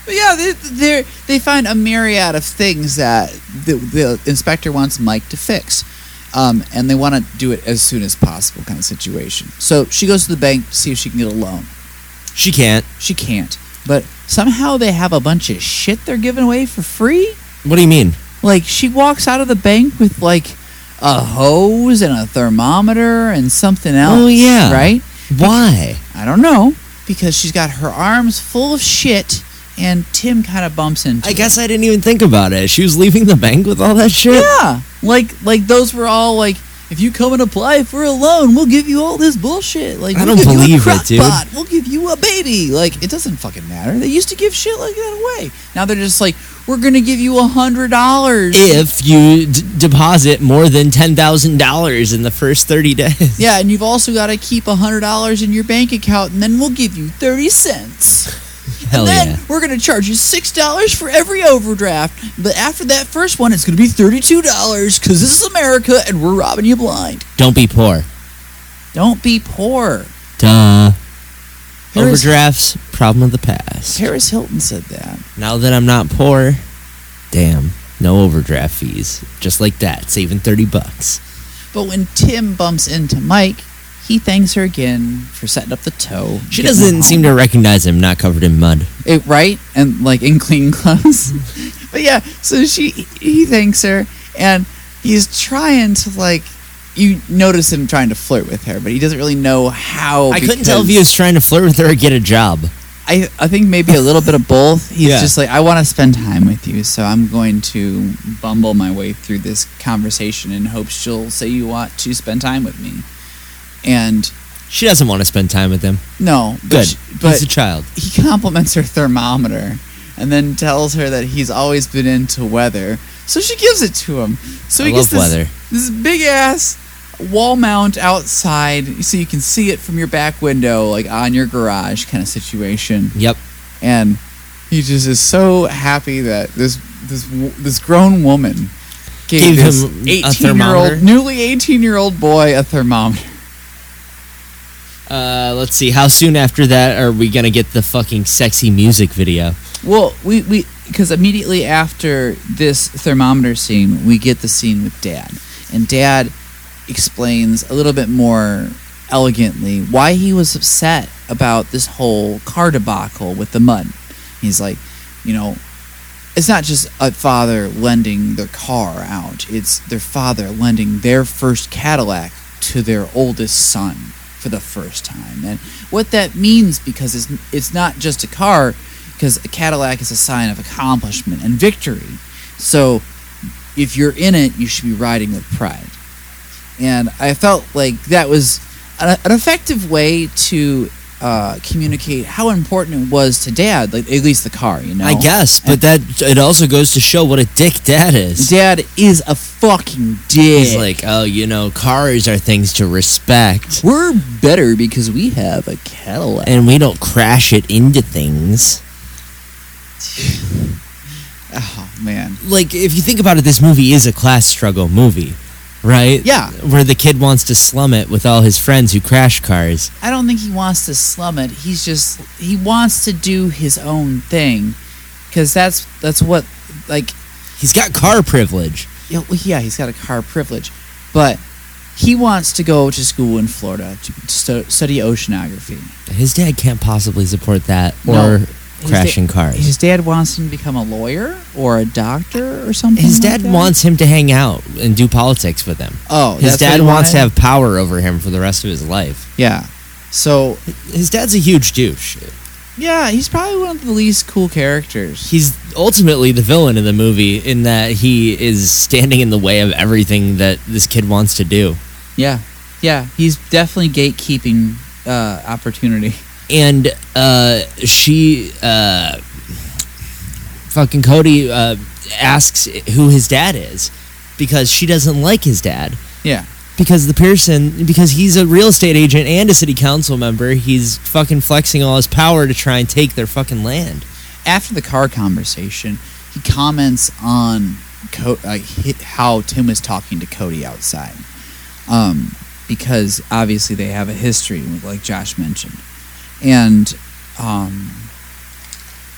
[SPEAKER 2] But yeah, they they they find a myriad of things that the, the inspector wants Mike to fix, um, and they want to do it as soon as possible, kind of situation. So she goes to the bank to see if she can get a loan.
[SPEAKER 3] She can't.
[SPEAKER 2] She can't, but somehow they have a bunch of shit they're giving away for free.
[SPEAKER 3] What do you mean?
[SPEAKER 2] Like she walks out of the bank with like a hose and a thermometer and something else.
[SPEAKER 3] Oh, yeah.
[SPEAKER 2] right.
[SPEAKER 3] Why?
[SPEAKER 2] I don't know because she's got her arms full of shit, and Tim kind of bumps into.
[SPEAKER 3] I
[SPEAKER 2] it.
[SPEAKER 3] guess I didn't even think about it. She was leaving the bank with all that shit.
[SPEAKER 2] Yeah, like like those were all like, if you come and apply for a loan, we'll give you all this bullshit. Like
[SPEAKER 3] I
[SPEAKER 2] we'll
[SPEAKER 3] don't
[SPEAKER 2] give you a
[SPEAKER 3] believe it,
[SPEAKER 2] crock
[SPEAKER 3] dude.
[SPEAKER 2] pot, We'll give you a baby. Like it doesn't fucking matter. They used to give shit like that away. Now they're just like, we're gonna give you a hundred dollars.
[SPEAKER 3] If you d- deposit more than ten thousand dollars in the first thirty days,
[SPEAKER 2] Yeah, and you've also got to keep a hundred dollars in your bank account, and then we'll give you thirty cents. and
[SPEAKER 3] hell
[SPEAKER 2] then
[SPEAKER 3] yeah,
[SPEAKER 2] we're gonna charge you six dollars for every overdraft. But after that first one, it's gonna be thirty-two dollars because this is America and we're robbing you blind.
[SPEAKER 3] don't be poor.
[SPEAKER 2] Don't be poor.
[SPEAKER 3] Duh.
[SPEAKER 2] Here's-
[SPEAKER 3] Overdrafts, problem of the past.
[SPEAKER 2] Paris Hilton said that.
[SPEAKER 3] Now that I'm not poor, damn, no overdraft fees. Just like that, saving thirty bucks.
[SPEAKER 2] But when Tim bumps into Mike, he thanks her again for setting up the toe.
[SPEAKER 3] She doesn't seem to recognize him, not covered in mud.
[SPEAKER 2] it, right and like in clean clothes. but yeah, so she he thanks her and he's trying to like you notice him trying to flirt with her, but he doesn't really know how.
[SPEAKER 3] I couldn't tell if he
[SPEAKER 2] Oh, because-
[SPEAKER 3] was trying to flirt with her or get a job.
[SPEAKER 2] I, I think maybe a little bit of both. He's
[SPEAKER 3] Yeah.
[SPEAKER 2] just like, I want to spend time with you, so I'm going to bumble my way through this conversation in hopes she'll say you want to spend time with me. And
[SPEAKER 3] She doesn't want to spend time with him.
[SPEAKER 2] no, but
[SPEAKER 3] Good.
[SPEAKER 2] she- but
[SPEAKER 3] He's a child.
[SPEAKER 2] he compliments her thermometer and then tells her that he's always been into weather. So she gives it to him. So
[SPEAKER 3] I
[SPEAKER 2] he
[SPEAKER 3] love
[SPEAKER 2] gets this,
[SPEAKER 3] weather.
[SPEAKER 2] this big ass wall mount outside so you can see it from your back window, like on your garage kind of situation
[SPEAKER 3] Yep.
[SPEAKER 2] and he just is so happy that this this wo- this grown woman gave,
[SPEAKER 3] Gave
[SPEAKER 2] this
[SPEAKER 3] him a
[SPEAKER 2] eighteen year
[SPEAKER 3] thermometer?
[SPEAKER 2] old newly eighteen year old boy a thermometer.
[SPEAKER 3] Uh, let's see. How soon after that are we gonna get the fucking sexy music video?
[SPEAKER 2] Well, we we because immediately after this thermometer scene, we get the scene with Dad, and Dad explains a little bit more elegantly why he was upset about this whole car debacle with the mud. He's like, you know, it's not just a father lending their car out, it's their father lending their first Cadillac to their oldest son for the first time. And what that means because it's it's not just a car because a Cadillac is a sign of accomplishment and victory. So if you're in it, you should be riding with pride. And I felt like that was an, an effective way to uh, communicate how important it was to dad, like at least the car, you know.
[SPEAKER 3] I guess, but that it also goes to show what a dick dad is.
[SPEAKER 2] Dad is a fucking dick.
[SPEAKER 3] He's like, oh, you know, cars are things to respect,
[SPEAKER 2] we're better because we have a Cadillac.
[SPEAKER 3] and we don't crash it into things.
[SPEAKER 2] Oh man.
[SPEAKER 3] Like, if you think about it, this movie is a class struggle movie, right?
[SPEAKER 2] Yeah.
[SPEAKER 3] Where the kid wants to slum it with all his friends who crash cars.
[SPEAKER 2] I don't think he wants to slum it. He's just he wants to do his own thing because that's that's what like
[SPEAKER 3] He's got car privilege.
[SPEAKER 2] you know, yeah he's got a car privilege, but he wants to go to school in Florida to stu- study oceanography.
[SPEAKER 3] His dad can't possibly support that or
[SPEAKER 2] No. His
[SPEAKER 3] crashing
[SPEAKER 2] da-
[SPEAKER 3] cars.
[SPEAKER 2] His dad wants him to become a lawyer or a doctor or something.
[SPEAKER 3] His
[SPEAKER 2] like
[SPEAKER 3] dad
[SPEAKER 2] that?
[SPEAKER 3] wants him to hang out and do politics with him.
[SPEAKER 2] Oh,
[SPEAKER 3] His
[SPEAKER 2] that's what
[SPEAKER 3] dad
[SPEAKER 2] he
[SPEAKER 3] wants to
[SPEAKER 2] wanted?
[SPEAKER 3] have power over him for the rest of his life.
[SPEAKER 2] yeah. So
[SPEAKER 3] His dad's a huge douche.
[SPEAKER 2] yeah, he's probably one of the least cool characters.
[SPEAKER 3] He's ultimately the villain in the movie in that he is standing in the way of everything that this kid wants to do.
[SPEAKER 2] Yeah, yeah, he's definitely gatekeeping uh, opportunity.
[SPEAKER 3] And uh, she, uh, fucking Cody, uh, asks who his dad is because she doesn't like his dad.
[SPEAKER 2] Yeah,
[SPEAKER 3] because the Pearson, because he's a real estate agent and a city council member, he's fucking flexing all his power to try and take their fucking land.
[SPEAKER 2] after the car conversation, he comments on Co- uh, hi how Tim was talking to Cody outside, um, because obviously they have a history, like Josh mentioned, and um,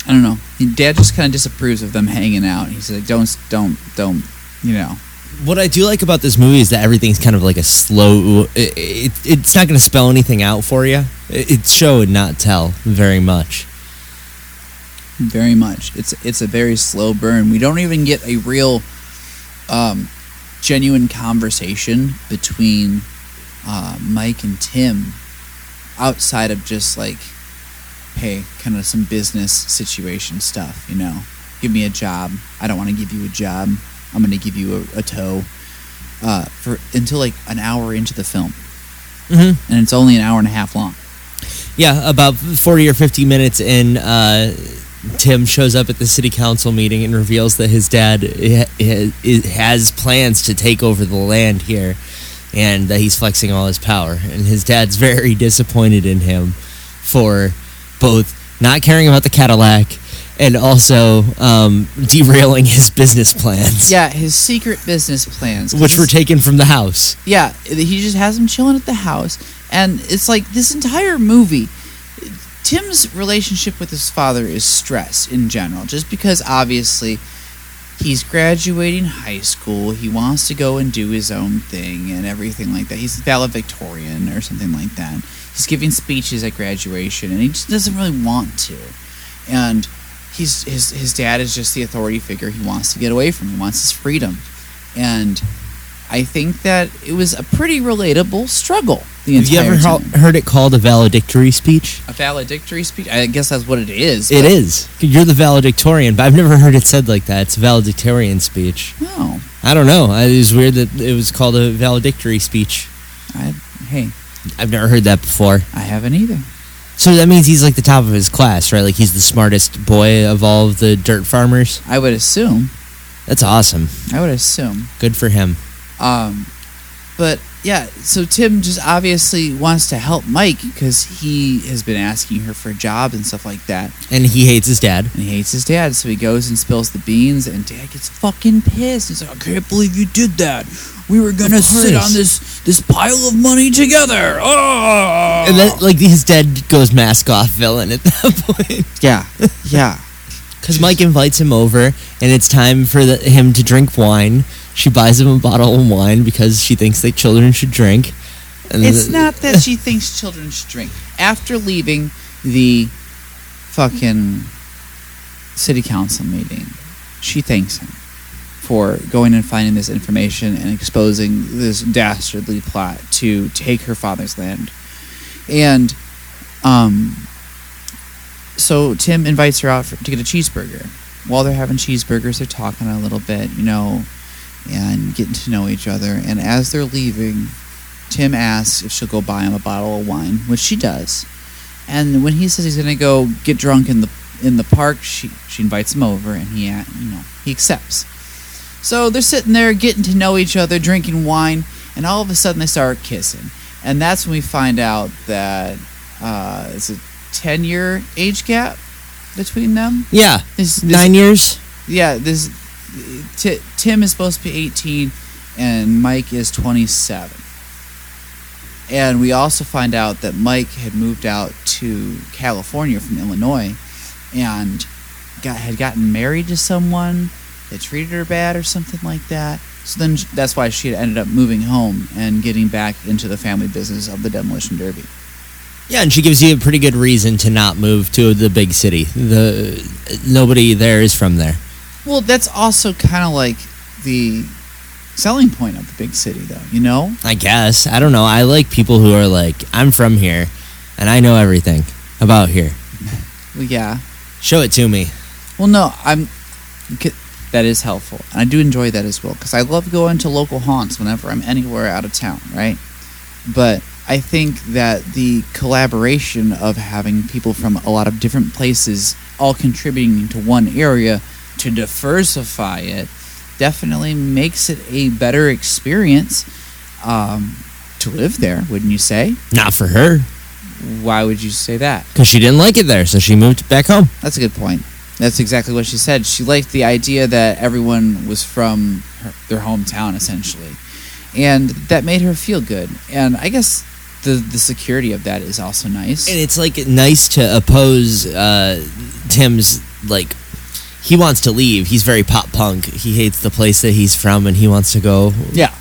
[SPEAKER 2] I don't know. Dad just kind of disapproves of them hanging out. He's like, "Don't, don't, don't," you know.
[SPEAKER 3] What I do like about this movie is that everything's kind of like a slow. It, it, it's not going to spell anything out for you. It, it's show and not tell very much.
[SPEAKER 2] very much. It's it's a very slow burn. We don't even get a real, um, genuine conversation between uh, Mike and Tim outside of just like, hey, kind of some business situation stuff. You know, give me a job. I don't want to give you a job. I'm going to give you a, a tow. Uh, for until like an hour into the film,
[SPEAKER 3] Mm-hmm.
[SPEAKER 2] and it's only an hour and a half long.
[SPEAKER 3] Yeah, about forty or fifty minutes in, uh, Tim shows up at the city council meeting and reveals that his dad i- i- i- has plans to take over the land here, and that he's flexing all his power. And his dad's very disappointed in him for both not caring about the Cadillac and also um, derailing his business plans,
[SPEAKER 2] Yeah, his secret business plans, 'cause
[SPEAKER 3] which
[SPEAKER 2] this-
[SPEAKER 3] were taken from the house.
[SPEAKER 2] yeah, he just has him chilling at the house, and it's like this entire movie. Tim's relationship with his father is stressed in general, just because obviously he's graduating high school, he wants to go and do his own thing and everything like that. He's valedictorian or something like that. He's giving speeches at graduation, and he just doesn't really want to. And he's his his dad is just the authority figure he wants to get away from. He wants his freedom, and I think that it was a pretty relatable struggle. The
[SPEAKER 3] Have you
[SPEAKER 2] entire
[SPEAKER 3] ever
[SPEAKER 2] time.
[SPEAKER 3] he- heard it called a valedictory speech?
[SPEAKER 2] a valedictory speech? I guess that's what it is.
[SPEAKER 3] It
[SPEAKER 2] but-
[SPEAKER 3] is. You're the valedictorian, but I've never heard it said like that. It's a valedictorian speech.
[SPEAKER 2] No,
[SPEAKER 3] I don't know. I- It was weird that it was called a valedictory speech.
[SPEAKER 2] I hey,
[SPEAKER 3] I've never heard that before.
[SPEAKER 2] I haven't either.
[SPEAKER 3] So that means he's like the top of his class, right? Like he's the smartest boy of all of the dirt farmers.
[SPEAKER 2] I would assume.
[SPEAKER 3] That's awesome.
[SPEAKER 2] I would assume.
[SPEAKER 3] Good for him.
[SPEAKER 2] Um, but yeah, so Tim just obviously wants to help Mike because he has been asking her for a job and stuff like that,
[SPEAKER 3] And he hates his dad.
[SPEAKER 2] and he hates his dad, so he goes and spills the beans, and Dad gets fucking pissed. He's like, "I can't believe you did that. We were gonna
[SPEAKER 3] Of
[SPEAKER 2] sit
[SPEAKER 3] course.
[SPEAKER 2] on this this pile of money together." Oh,
[SPEAKER 3] And that, like his dad goes mask off villain at that point.
[SPEAKER 2] yeah, yeah.
[SPEAKER 3] Because Mike invites him over, and it's time for the, him to drink wine. She buys him a bottle of wine because she thinks that children should drink. And
[SPEAKER 2] It's
[SPEAKER 3] the-
[SPEAKER 2] not that she thinks children should drink. After leaving the fucking city council meeting, she thanks him for going and finding this information and exposing this dastardly plot to take her father's land. And um, so Tim invites her out for, to get a cheeseburger. While they're having cheeseburgers, they're talking a little bit, you know, and getting to know each other. And as they're leaving, Tim asks if she'll go buy him a bottle of wine, which she does. And when he says he's going to go get drunk in the in the park, she she invites him over, and he uh, you know he accepts. So they're sitting there getting to know each other, drinking wine, and all of a sudden they start kissing, and that's when we find out that uh, it's a ten year age gap between them.
[SPEAKER 3] Yeah,
[SPEAKER 2] This, this-
[SPEAKER 3] nine years.
[SPEAKER 2] yeah, this Ti Tim is supposed to be 18 and Mike is 27. And we also find out that Mike had moved out to California from Illinois and got had gotten married to someone that treated her bad or something like that. So then sh- that's why she had ended up moving home and getting back into the family business of the demolition derby.
[SPEAKER 3] Yeah, and she gives you a pretty good reason to not move to the big city. The nobody there is from there.
[SPEAKER 2] Well, that's also kind of like the selling point of the big city though, you know?
[SPEAKER 3] I guess I don't know. I like people who are like, I'm from here, and I know everything about here.
[SPEAKER 2] Well, yeah.
[SPEAKER 3] Show it to me.
[SPEAKER 2] Well, no, I'm. c- That is helpful, and I do enjoy that as well because I love going to local haunts whenever I'm anywhere out of town, right? But I think that the collaboration of having people from a lot of different places all contributing to one area to diversify it definitely makes it a better experience um, to live there, wouldn't you say?
[SPEAKER 3] Not for her,
[SPEAKER 2] Why would you say that?
[SPEAKER 3] because she didn't like it there, so she moved back home.
[SPEAKER 2] That's a good point. That's exactly what she said. She liked the idea that everyone was from her, their hometown, essentially, and that made her feel good. And I guess the the security of that is also nice.
[SPEAKER 3] And it's like nice to oppose uh, Tim's like he wants to leave. He's very pop punk. He hates the place that he's from, and he wants to go.
[SPEAKER 2] Yeah.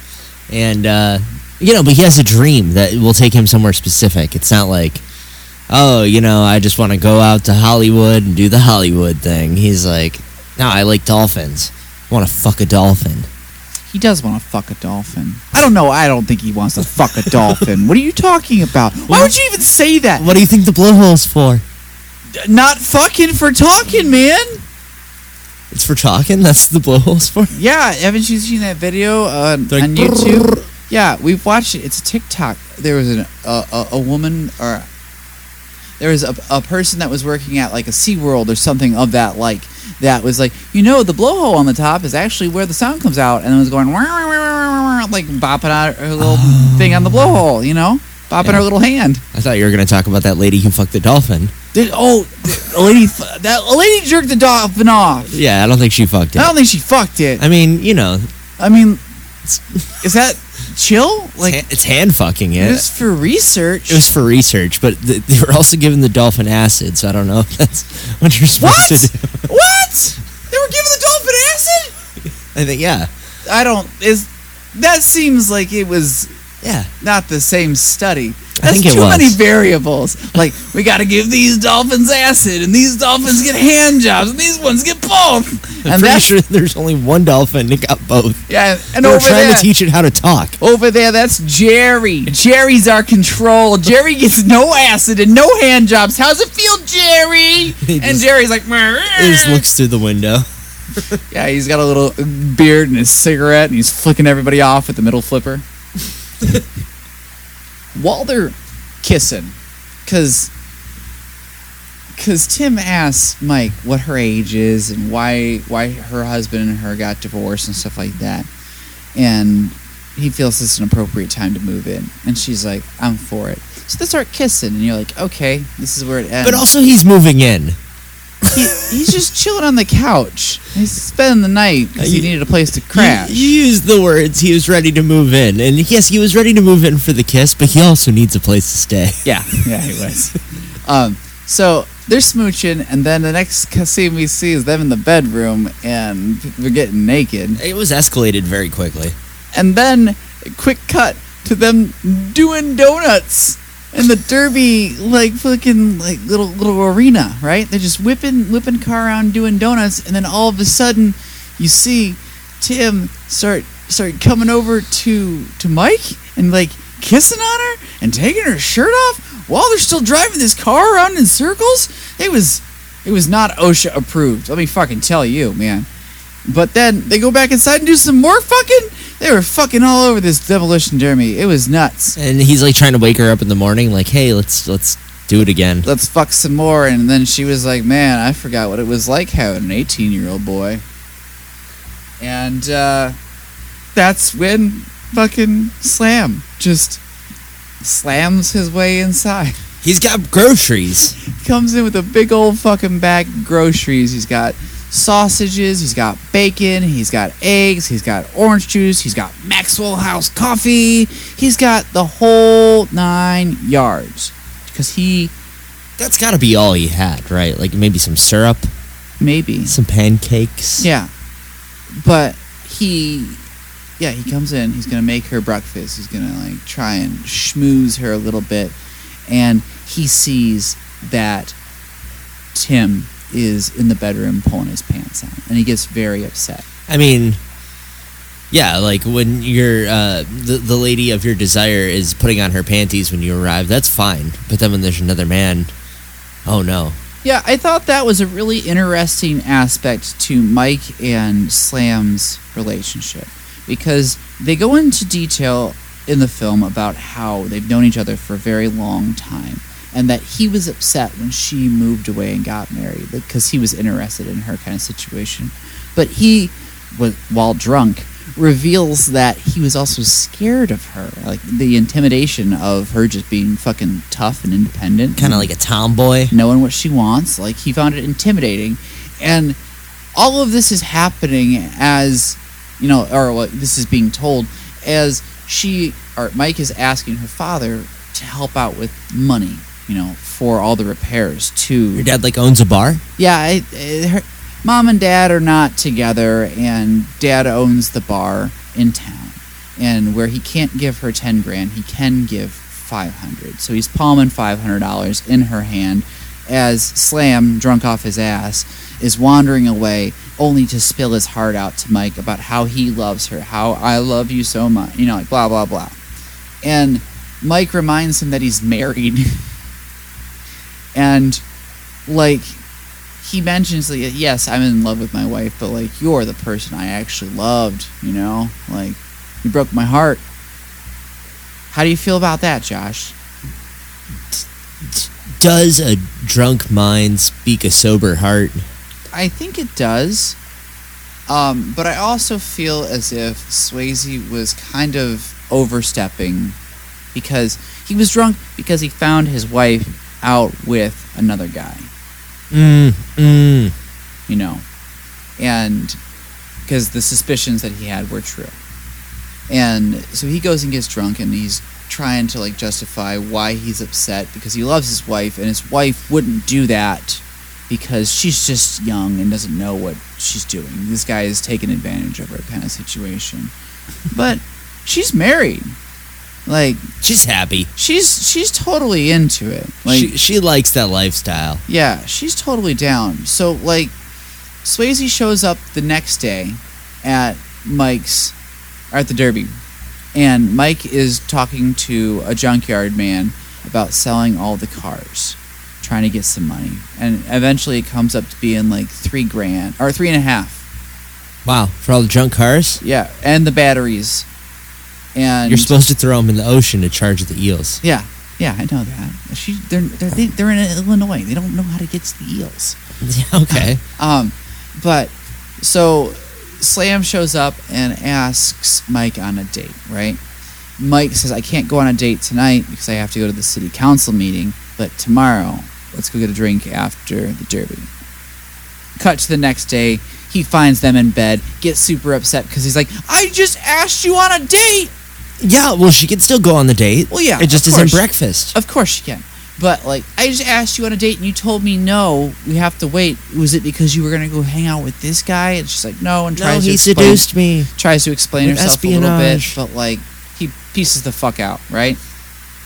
[SPEAKER 3] and uh, you know, but he has a dream that will take him somewhere specific. It's not like oh, you know, I just want to go out to Hollywood and do the Hollywood thing. He's like, no, I like dolphins. I want to fuck a dolphin.
[SPEAKER 2] He does want to fuck a dolphin. I don't know. I don't think he wants to fuck a dolphin. What are you talking about? Why would you even say that?
[SPEAKER 3] What do you think the blowhole's for?
[SPEAKER 2] Not fucking for talking, man.
[SPEAKER 3] It's for talking. That's the blowhole's for.
[SPEAKER 2] Yeah, haven't you seen that video on,
[SPEAKER 3] like,
[SPEAKER 2] on YouTube? Yeah, we've watched it. It's a TikTok. There was an, a, a a woman or there was a, a person that was working at like a SeaWorld or something of that like that was like you know the blowhole on the top is actually where the sound comes out and it was going "Wah, wah, wah, wah, wah, wah," like bopping out her little thing on the blowhole you know bopping
[SPEAKER 3] Yeah.
[SPEAKER 2] her little hand.
[SPEAKER 3] I thought you were going to talk about that lady who fucked the dolphin.
[SPEAKER 2] Did, oh, the lady f- that a lady jerked the dolphin off.
[SPEAKER 3] Yeah, I don't think she fucked it.
[SPEAKER 2] I don't think she fucked it.
[SPEAKER 3] I mean, you know,
[SPEAKER 2] I mean, is that chill?
[SPEAKER 3] like
[SPEAKER 2] Like
[SPEAKER 3] it's, hand fucking
[SPEAKER 2] It
[SPEAKER 3] it.
[SPEAKER 2] was for research.
[SPEAKER 3] It was for research, but th- they were also giving the dolphin acid, so I don't know if that's what you're supposed
[SPEAKER 2] what?
[SPEAKER 3] to do.
[SPEAKER 2] what? They were giving the dolphin acid?
[SPEAKER 3] I think, yeah,
[SPEAKER 2] I don't. Is that seems like it was
[SPEAKER 3] yeah.
[SPEAKER 2] not the same study.
[SPEAKER 3] I
[SPEAKER 2] That's
[SPEAKER 3] think it
[SPEAKER 2] too many
[SPEAKER 3] was.
[SPEAKER 2] variables. Like we got to give these dolphins acid, and these dolphins get hand jobs, and these ones get both.
[SPEAKER 3] I'm
[SPEAKER 2] And
[SPEAKER 3] pretty
[SPEAKER 2] that's
[SPEAKER 3] sure there's only one dolphin that got both.
[SPEAKER 2] yeah. And
[SPEAKER 3] they were
[SPEAKER 2] over
[SPEAKER 3] trying
[SPEAKER 2] there,
[SPEAKER 3] to teach it how to talk.
[SPEAKER 2] over there, that's Jerry. Jerry's our control. Jerry gets no acid and no hand jobs. How's it feel, Jerry?
[SPEAKER 3] He
[SPEAKER 2] And
[SPEAKER 3] just-
[SPEAKER 2] Jerry's like,
[SPEAKER 3] It just looks through the window.
[SPEAKER 2] Yeah, he's got a little beard and his cigarette, and he's flicking everybody off with the middle flipper. While they're kissing, because Tim asks Mike what her age is and why why her husband and her got divorced and stuff like that, and he feels it's an appropriate time to move in, and she's like, "I'm for it." So they start kissing, and you're like, "Okay, this is where it ends."
[SPEAKER 3] But also, he's moving in.
[SPEAKER 2] He, he's just chilling on the couch. He's spending the night because he
[SPEAKER 3] You-
[SPEAKER 2] needed a place to
[SPEAKER 3] You-
[SPEAKER 2] crash.
[SPEAKER 3] You, used the words. He was ready to move in, and yes, he was ready to move in for the kiss, but he also needs a place to stay.
[SPEAKER 2] yeah, yeah, he was. Um, so they're smooching, and then the next ca- scene we see is them in the bedroom and they're getting naked,
[SPEAKER 3] It was escalated very quickly.
[SPEAKER 2] and then a quick cut to them doing donuts in the derby like fucking like little little arena, right? They're just whipping whipping car around doing donuts, and then all of a sudden you see Tim start start coming over to to Mike and like kissing on her and taking her shirt off while they're still driving this car around in circles. It was it was not OSHA approved. Let me fucking tell you, man. But then they go back inside and do some more fucking. They were fucking all over this demolition derby. It was nuts.
[SPEAKER 3] And he's like trying to wake her up in the morning, like, "Hey, let's let's do it again."
[SPEAKER 2] Let's fuck some more. And then she was like, "Man, I forgot what it was like having an 18-year-old boy." And uh, that's when fucking Slam just slams his way inside.
[SPEAKER 3] He's got groceries.
[SPEAKER 2] comes in with a big old fucking bag of groceries. He's got sausages, he's got bacon, he's got eggs, he's got orange juice, he's got Maxwell House coffee, he's got the whole nine yards. Because he,
[SPEAKER 3] That's got to be all he had, right? Like maybe some syrup,
[SPEAKER 2] maybe.
[SPEAKER 3] some pancakes.
[SPEAKER 2] Yeah. But he, yeah, he comes in. He's gonna make her breakfast. He's gonna like try and schmooze her a little bit, and he sees that Tim is in the bedroom pulling his pants on, and he gets very upset.
[SPEAKER 3] I mean, yeah, like when you're uh, the the lady of your desire is putting on her panties when you arrive. That's fine, but then when there's another man, oh no.
[SPEAKER 2] Yeah, I thought that was a really interesting aspect to Mike and Slam's relationship because they go into detail in the film about how they've known each other for a very long time and that he was upset when she moved away and got married because he was interested in her kind of situation. But he, wa- while drunk, reveals that he was also scared of her, like the intimidation of her just being fucking tough and independent
[SPEAKER 3] Kind of like a tomboy.
[SPEAKER 2] knowing what she wants. Like he found it intimidating, and all of this is happening as you know, or what this is being told as she or Mike is asking her father to help out with money, you know, for all the repairs to
[SPEAKER 3] Your dad like owns a bar.
[SPEAKER 2] yeah, I, I, her, mom and dad are not together, and dad owns the bar in town. And where he can't give her ten grand, he can give five hundred. So he's palming five hundred dollars in her hand, as Slam, drunk off his ass, is wandering away, only to spill his heart out to Mike about how he loves her, how I love you so much, you know, like blah blah blah. And Mike reminds him that he's married, and like he mentions that yes, I'm in love with my wife, but like you're the person I actually loved, you know? Like you broke my heart. How do you feel about that, Josh?
[SPEAKER 3] Does a drunk mind speak a sober heart?
[SPEAKER 2] I think it does. Um, but I also feel as if Swayze was kind of overstepping because he was drunk because he found his wife out with another guy.
[SPEAKER 3] Mm, mm.
[SPEAKER 2] you know, and because the suspicions that he had were true. And so he goes and gets drunk and he's trying to like justify why he's upset because he loves his wife and his wife wouldn't do that because she's just young and doesn't know what she's doing. This guy is taking advantage of her kind of situation. but she's married. Like
[SPEAKER 3] She's happy.
[SPEAKER 2] she's she's totally into it. Like
[SPEAKER 3] she she likes that lifestyle.
[SPEAKER 2] yeah, she's totally down. So like, Swayze shows up the next day at Mike's, or at the Derby, and Mike is talking to a junkyard man about selling all the cars, trying to get some money, and eventually it comes up to being like three grand or three and a half.
[SPEAKER 3] Wow, for all the drunk cars,
[SPEAKER 2] Yeah, and the batteries, and
[SPEAKER 3] you're supposed to throw them in the ocean to charge the eels.
[SPEAKER 2] yeah. Yeah, I know that. She, they're, they're, they- they're in Illinois. They don't know how to get to the eels.
[SPEAKER 3] okay.
[SPEAKER 2] Um, but so Slam shows up and asks Mike on a date, right? Mike says, I can't go on a date tonight because I have to go to the city council meeting, but tomorrow, let's go get a drink after the derby. Cut to the next day. He finds them in bed, gets super upset because he's like, I just asked you on a date!
[SPEAKER 3] Yeah, well, she could still go on the date.
[SPEAKER 2] Well, yeah,
[SPEAKER 3] It just
[SPEAKER 2] of
[SPEAKER 3] isn't
[SPEAKER 2] course.
[SPEAKER 3] breakfast.
[SPEAKER 2] Of course she can. But like, I just asked you on a date and you told me no. We have to wait. Was it because you were gonna go hang out with this guy? And she's like, no, and
[SPEAKER 3] No,
[SPEAKER 2] tries
[SPEAKER 3] he
[SPEAKER 2] to explain,
[SPEAKER 3] seduced me.
[SPEAKER 2] tries to explain
[SPEAKER 3] with
[SPEAKER 2] herself a little bit,
[SPEAKER 3] espionage.
[SPEAKER 2] but like, he pieces the fuck out, right?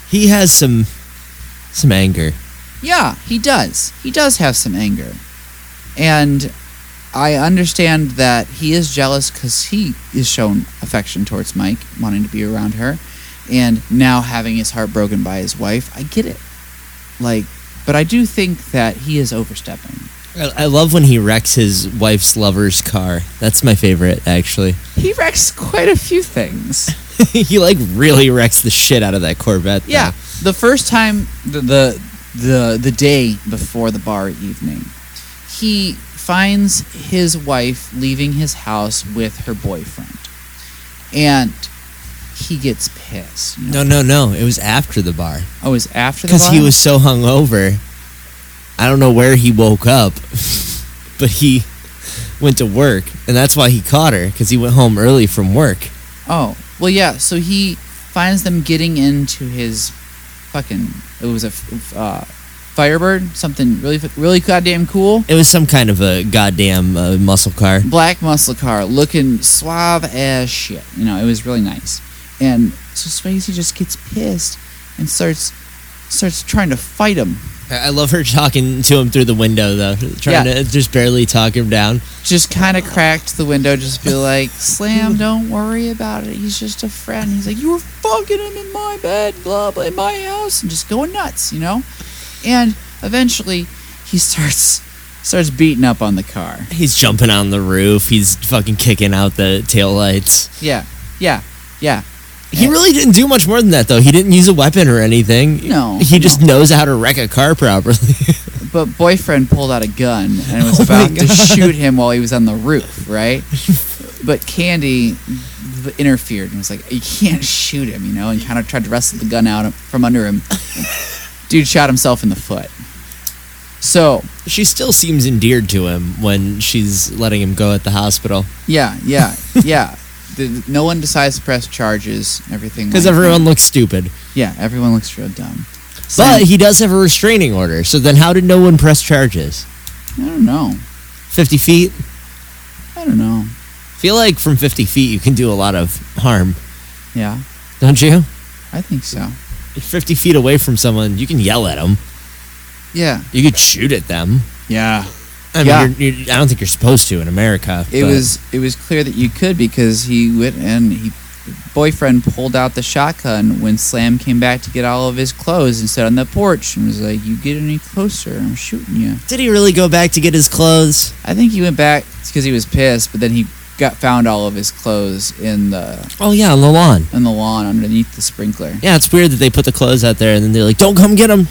[SPEAKER 3] He has some some anger.
[SPEAKER 2] Yeah, he does. He does have some anger. And I understand that he is jealous because he is shown affection towards Mike, wanting to be around her, and now having his heart broken by his wife. I get it. Like, but I do think that he is overstepping.
[SPEAKER 3] I I love when he wrecks his wife's lover's car. That's my favorite, actually.
[SPEAKER 2] He wrecks quite a few things.
[SPEAKER 3] he like really wrecks the shit out of that Corvette. though.
[SPEAKER 2] Yeah, the first time the the the, the day before the bar evening, he finds his wife leaving his house with her boyfriend, and he gets pissed. You know?
[SPEAKER 3] No, no, no. It was after the bar
[SPEAKER 2] Oh, it's after the
[SPEAKER 3] because he
[SPEAKER 2] bar?
[SPEAKER 3] was so hungover. I don't know where he woke up, but he went to work, and that's why he caught her because he went home early from work.
[SPEAKER 2] Oh, well, yeah. So he finds them getting into his fucking. It was a f- uh, Firebird, something really f- really goddamn cool.
[SPEAKER 3] It was some kind of a goddamn uh, muscle car.
[SPEAKER 2] black muscle car, looking suave as shit. You know, it was really nice. And so Swayze just gets pissed and starts starts trying to fight him.
[SPEAKER 3] I I love her talking to him through the window though, trying
[SPEAKER 2] Yeah.
[SPEAKER 3] to just barely talk him down.
[SPEAKER 2] Just kind of cracked the window, just be like, "Slam, don't worry about it. He's just a friend." He's like, "You were fucking him in my bed, blah blah, in my house," and just going nuts, you know. And eventually, he starts starts beating up on the car.
[SPEAKER 3] He's jumping on the roof. He's fucking kicking out the taillights.
[SPEAKER 2] Yeah, yeah, yeah.
[SPEAKER 3] He really didn't do much more than that, though. He didn't use a weapon or anything.
[SPEAKER 2] No,
[SPEAKER 3] He just
[SPEAKER 2] no.
[SPEAKER 3] knows how to wreck a car properly.
[SPEAKER 2] but boyfriend pulled out a gun and was
[SPEAKER 3] Oh my
[SPEAKER 2] about to
[SPEAKER 3] God.
[SPEAKER 2] shoot him while he was on the roof, right? but Candy v- interfered and was like, "You can't shoot him," you know, and kind of tried to wrestle the gun out from under him. Dude shot himself in the foot. So
[SPEAKER 3] she still seems endeared to him when she's letting him go at the hospital
[SPEAKER 2] yeah, yeah, yeah. The, no one decides to press charges and everything.
[SPEAKER 3] because
[SPEAKER 2] like that.
[SPEAKER 3] everyone looks stupid.
[SPEAKER 2] yeah, everyone looks real dumb. So-
[SPEAKER 3] But he does have a restraining order. So then, how did no one press charges?
[SPEAKER 2] I don't know.
[SPEAKER 3] Fifty feet.
[SPEAKER 2] I don't know.
[SPEAKER 3] Feel like from fifty feet you can do a lot of harm,
[SPEAKER 2] Yeah,
[SPEAKER 3] don't you?
[SPEAKER 2] I think so.
[SPEAKER 3] If fifty feet away from someone, you can yell at them.
[SPEAKER 2] Yeah,
[SPEAKER 3] You could shoot at them.
[SPEAKER 2] yeah.
[SPEAKER 3] I mean,
[SPEAKER 2] Yeah.
[SPEAKER 3] you're, you're, I don't think you're supposed to in America.
[SPEAKER 2] It
[SPEAKER 3] but-
[SPEAKER 2] was it was clear that you could because he went and he boyfriend pulled out the shotgun when Slam came back to get all of his clothes and stood on the porch and was like, "You get any closer, I'm shooting you."
[SPEAKER 3] Did he really go back to get his clothes?
[SPEAKER 2] I think he went back because he was pissed, but then he got found all of his clothes in the
[SPEAKER 3] Oh yeah, on the lawn.
[SPEAKER 2] in the lawn underneath the sprinkler.
[SPEAKER 3] Yeah, it's weird that they put the clothes out there and then they're like, "Don't come get him!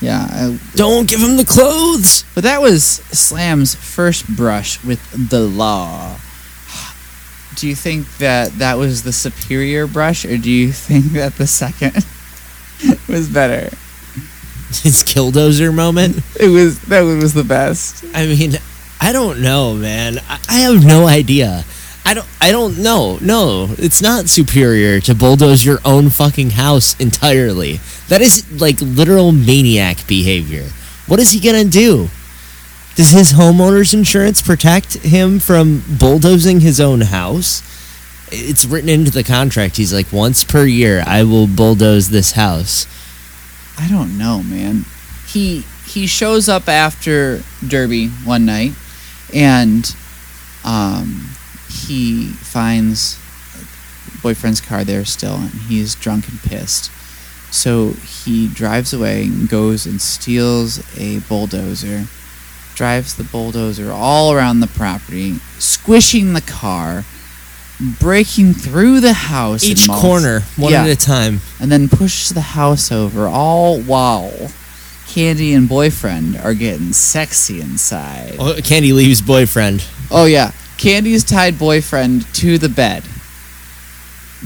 [SPEAKER 2] Yeah, I,
[SPEAKER 3] Don't give him the clothes!"
[SPEAKER 2] but that was Slam's first brush with the law. Do you think that that was the superior brush, or do you think that the second was better?
[SPEAKER 3] His killdozer moment.
[SPEAKER 2] It was that one was the best.
[SPEAKER 3] I mean, I don't know, man. I, I have no idea. I don't. I don't know. No, it's not superior to bulldoze your own fucking house entirely. That is like literal maniac behavior. What is he gonna do? Does his homeowner's insurance protect him from bulldozing his own house? It's written into the contract. He's like, once per year, I will bulldoze this house.
[SPEAKER 2] I don't know, man. He he shows up after Derby one night, and um, he finds boyfriend's car there still, and he's drunk and pissed. So he drives away and goes and steals a bulldozer, drives the bulldozer all around the property, squishing the car, breaking through the house. in
[SPEAKER 3] Each
[SPEAKER 2] multi-
[SPEAKER 3] corner, one
[SPEAKER 2] Yeah
[SPEAKER 3] at a time.
[SPEAKER 2] and then pushes the house over, all while Candy and boyfriend are getting sexy inside. Oh,
[SPEAKER 3] Oh, Candy leaves boyfriend.
[SPEAKER 2] yeah, Candy's tied boyfriend to the bed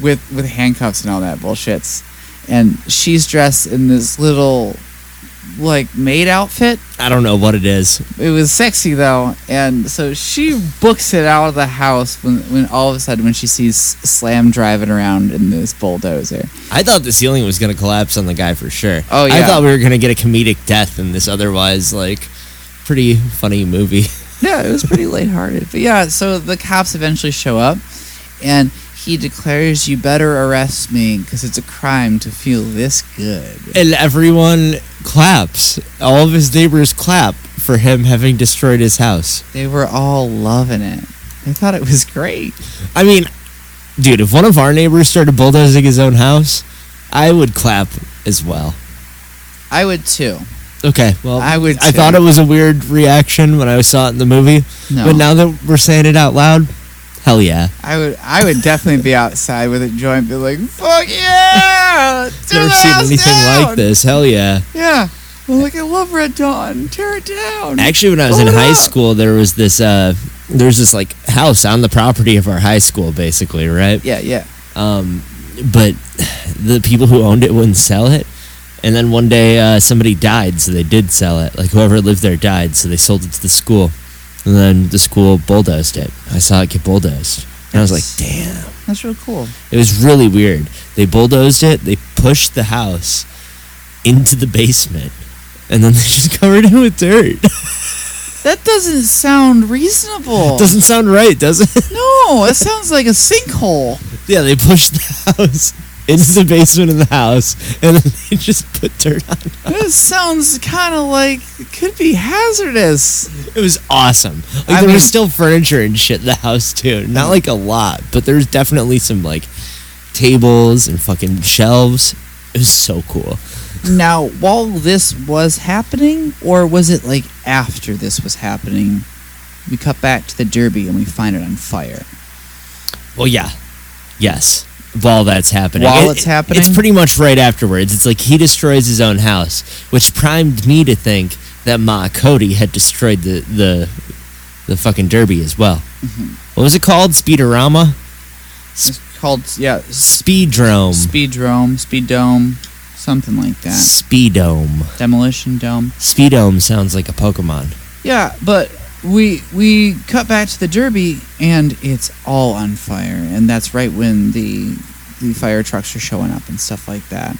[SPEAKER 2] with with handcuffs and all that bullshits, and she's dressed in this little like maid outfit.
[SPEAKER 3] I don't know what it is.
[SPEAKER 2] It was sexy though, and so she books it out of the house when, when all of a sudden when she sees Slam driving around in this bulldozer.
[SPEAKER 3] I thought the ceiling was going to collapse on the guy for sure.
[SPEAKER 2] Oh,
[SPEAKER 3] I
[SPEAKER 2] yeah.
[SPEAKER 3] thought we were going to get a comedic death in this otherwise like pretty funny movie.
[SPEAKER 2] Yeah, it was pretty lighthearted. But yeah, so the cops eventually show up, and he declares, "You better arrest me because it's a crime to feel this good."
[SPEAKER 3] And everyone claps. All of his neighbors clap for him having destroyed his house.
[SPEAKER 2] They were all loving it. They thought it was great.
[SPEAKER 3] I mean, dude, if one of our neighbors started bulldozing his own house, I would clap as well.
[SPEAKER 2] I would too.
[SPEAKER 3] Okay, well,
[SPEAKER 2] I would
[SPEAKER 3] Um, I
[SPEAKER 2] too.
[SPEAKER 3] thought it was a weird reaction when I saw it in the movie,
[SPEAKER 2] No,
[SPEAKER 3] but now that we're saying it out loud, hell yeah!
[SPEAKER 2] I would. I would definitely be outside with a joint, be like, "Fuck yeah!" Tear
[SPEAKER 3] Never
[SPEAKER 2] the
[SPEAKER 3] seen
[SPEAKER 2] house
[SPEAKER 3] anything
[SPEAKER 2] down!"
[SPEAKER 3] like this. Hell yeah!
[SPEAKER 2] Yeah. Well, like I love Red Dawn. Tear it down.
[SPEAKER 3] Actually, when I was in
[SPEAKER 2] Blow it
[SPEAKER 3] high
[SPEAKER 2] up.
[SPEAKER 3] school, there was this uh, there was this like house on the property of our high school, basically, right?
[SPEAKER 2] Yeah, yeah.
[SPEAKER 3] um, but the people who owned it wouldn't sell it. And then one day uh, somebody died, so they did sell it. Like whoever lived there died, so they sold it to the school. And then the school bulldozed it. I saw it get bulldozed, and I was like,
[SPEAKER 2] Nice.
[SPEAKER 3] "Damn!"
[SPEAKER 2] That's real cool.
[SPEAKER 3] It was really weird. They bulldozed it. They pushed the house into the basement, and then they just covered it with dirt.
[SPEAKER 2] That doesn't sound reasonable.
[SPEAKER 3] Doesn't sound right, does it?
[SPEAKER 2] no, it sounds like a sinkhole.
[SPEAKER 3] yeah, they pushed the house into the basement of the house, and then they just put dirt on
[SPEAKER 2] That sounds kind of like it could be hazardous.
[SPEAKER 3] It was awesome. Like
[SPEAKER 2] I
[SPEAKER 3] there
[SPEAKER 2] mean-
[SPEAKER 3] was still furniture and shit in the house too. Not like a lot, but there was definitely some like tables and fucking shelves. It was so cool.
[SPEAKER 2] Now, while this was happening, or was it like after this was happening, we cut back to the derby and we find it on fire.
[SPEAKER 3] Well, yeah, yes. While that's happening,
[SPEAKER 2] While it's happening?
[SPEAKER 3] it's pretty much right afterwards. It's like he destroys his own house, which primed me to think that Ma Cody had destroyed the the the fucking derby as well.
[SPEAKER 2] Mm-hmm.
[SPEAKER 3] What was it called? Speedorama,
[SPEAKER 2] It's called yeah,
[SPEAKER 3] Speedrome,
[SPEAKER 2] Speed Dome, Speed Dome, something like that.
[SPEAKER 3] Speedome.
[SPEAKER 2] Demolition Dome.
[SPEAKER 3] Speedome sounds like a Pokemon.
[SPEAKER 2] Yeah, but we we cut back to the derby and it's all on fire, and that's right when the the fire trucks are showing up and stuff like that,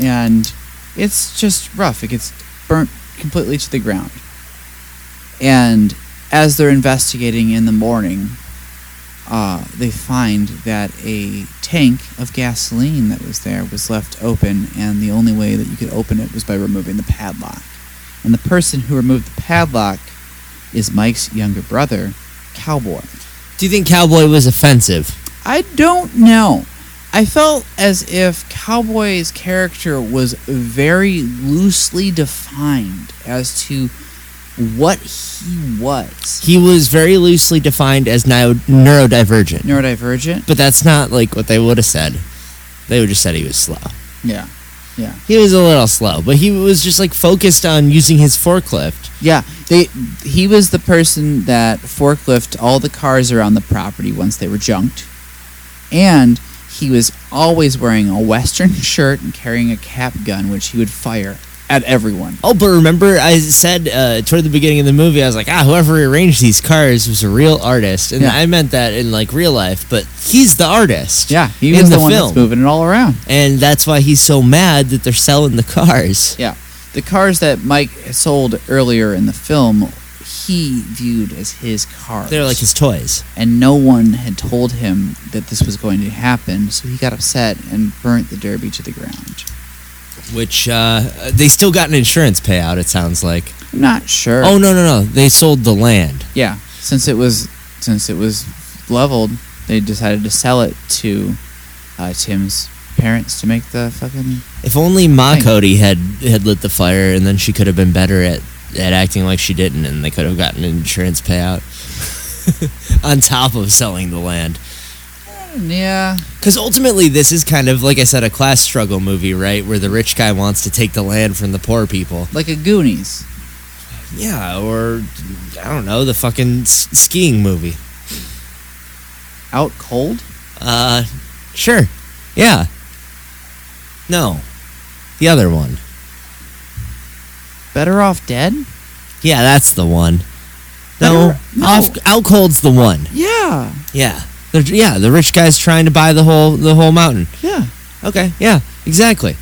[SPEAKER 2] and it's just rough. It gets burnt completely to the ground, and as they're investigating in the morning, uh, they find that a tank of gasoline that was there was left open, and the only way that you could open it was by removing the padlock. And the person who removed the padlock is Mike's younger brother, Cowboy.
[SPEAKER 3] Do you think Cowboy was offensive?
[SPEAKER 2] I don't know. I felt as if Cowboy's character was very loosely defined as to what he was.
[SPEAKER 3] He was very loosely defined as nio- neurodivergent,
[SPEAKER 2] Neurodivergent?
[SPEAKER 3] but that's not like what they would have said. They would just said he was slow.
[SPEAKER 2] Yeah.
[SPEAKER 3] He was a little slow, but he was just like focused on using his forklift.
[SPEAKER 2] Yeah, they he was the person that forklift all the cars around the property once they were junked. And he was always wearing a western shirt and carrying a cap gun which he would fire at everyone.
[SPEAKER 3] Oh, but remember I said uh, toward the beginning of the movie, I was like, ah, whoever arranged these cars was a real artist, and
[SPEAKER 2] Yeah.
[SPEAKER 3] I meant that in like real life. But he's the artist.
[SPEAKER 2] Yeah, he
[SPEAKER 3] In
[SPEAKER 2] was the,
[SPEAKER 3] the
[SPEAKER 2] one
[SPEAKER 3] film.
[SPEAKER 2] that's moving it all around.
[SPEAKER 3] and that's why he's so mad that they're selling the cars.
[SPEAKER 2] Yeah. The cars that Mike sold earlier in the film, he viewed as his cars.
[SPEAKER 3] They're like his toys.
[SPEAKER 2] and no one had told him that this was going to happen, so he got upset and burnt the derby to the ground.
[SPEAKER 3] Which uh, they still got an insurance payout. It sounds like.
[SPEAKER 2] I'm not sure.
[SPEAKER 3] Oh no no no! They sold the land.
[SPEAKER 2] Yeah, since it was since it was leveled, they decided to sell it to uh, Tim's parents to make the fucking.
[SPEAKER 3] If only Ma
[SPEAKER 2] Thank-
[SPEAKER 3] Cody had had lit the fire, and then she could have been better at at acting like she didn't, and they could have gotten an insurance payout on top of selling the land.
[SPEAKER 2] Yeah,
[SPEAKER 3] Because ultimately, this is kind of like I said, a class struggle movie, right? Where the rich guy wants to take the land from the poor people.
[SPEAKER 2] like a Goonies.
[SPEAKER 3] Yeah, or I don't know, the fucking s- skiing movie.
[SPEAKER 2] Out cold.
[SPEAKER 3] Uh, sure. Yeah. No, the other one.
[SPEAKER 2] Better Off Dead?
[SPEAKER 3] Yeah, that's the one. No,
[SPEAKER 2] Better- no.
[SPEAKER 3] Off, out cold's the one.
[SPEAKER 2] Yeah.
[SPEAKER 3] Yeah, They're- yeah. The rich guy's trying to buy the whole the whole mountain.
[SPEAKER 2] Yeah.
[SPEAKER 3] Okay, yeah, exactly.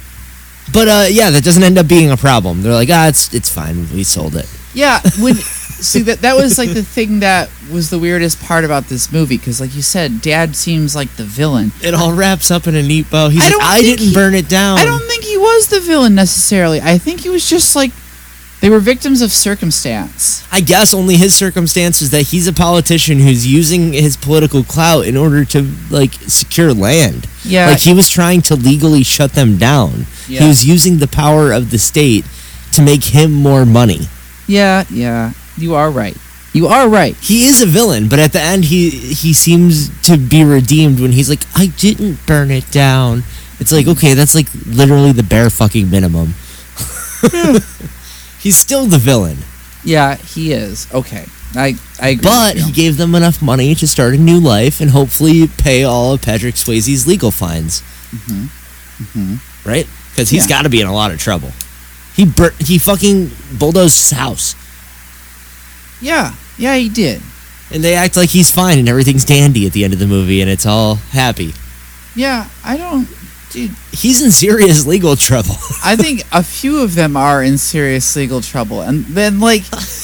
[SPEAKER 3] But uh, yeah, that doesn't end up being a problem. They're like, ah, it's it's fine. We sold it.
[SPEAKER 2] Yeah, when see that that was like the thing that was the weirdest part about this movie because, like you said, Dad seems like the villain.
[SPEAKER 3] It all wraps up in a neat bow. He's
[SPEAKER 2] I
[SPEAKER 3] like,
[SPEAKER 2] don't
[SPEAKER 3] I
[SPEAKER 2] think
[SPEAKER 3] didn't
[SPEAKER 2] he-
[SPEAKER 3] burn it down.
[SPEAKER 2] I don't think he was the villain necessarily. I think he was just like they were victims of circumstance.
[SPEAKER 3] I guess only his circumstance is that he's a politician who's using his political clout in order to like secure land.
[SPEAKER 2] Yeah.
[SPEAKER 3] Like he was trying to legally shut them down.
[SPEAKER 2] Yeah.
[SPEAKER 3] He was using the power of the state to make him more money.
[SPEAKER 2] Yeah, yeah. You are right. You are right.
[SPEAKER 3] He is a villain, but at the end he he seems to be redeemed when he's like, I didn't burn it down. It's like, okay, that's like literally the bare fucking minimum. he's still the villain.
[SPEAKER 2] Yeah, he is. Okay. I I agree.
[SPEAKER 3] But
[SPEAKER 2] with
[SPEAKER 3] he
[SPEAKER 2] you.
[SPEAKER 3] gave them enough money to start a new life and hopefully pay all of Patrick Swayze's legal fines. Right? Because he's
[SPEAKER 2] Yeah.
[SPEAKER 3] got to be in a lot of trouble. He bur- he fucking bulldozed his house,
[SPEAKER 2] yeah, yeah, he did.
[SPEAKER 3] and they act like he's fine and everything's dandy at the end of the movie, and it's all happy.
[SPEAKER 2] Yeah, I don't dude,
[SPEAKER 3] He's in serious legal trouble.
[SPEAKER 2] I think a few of them are in serious legal trouble. And then like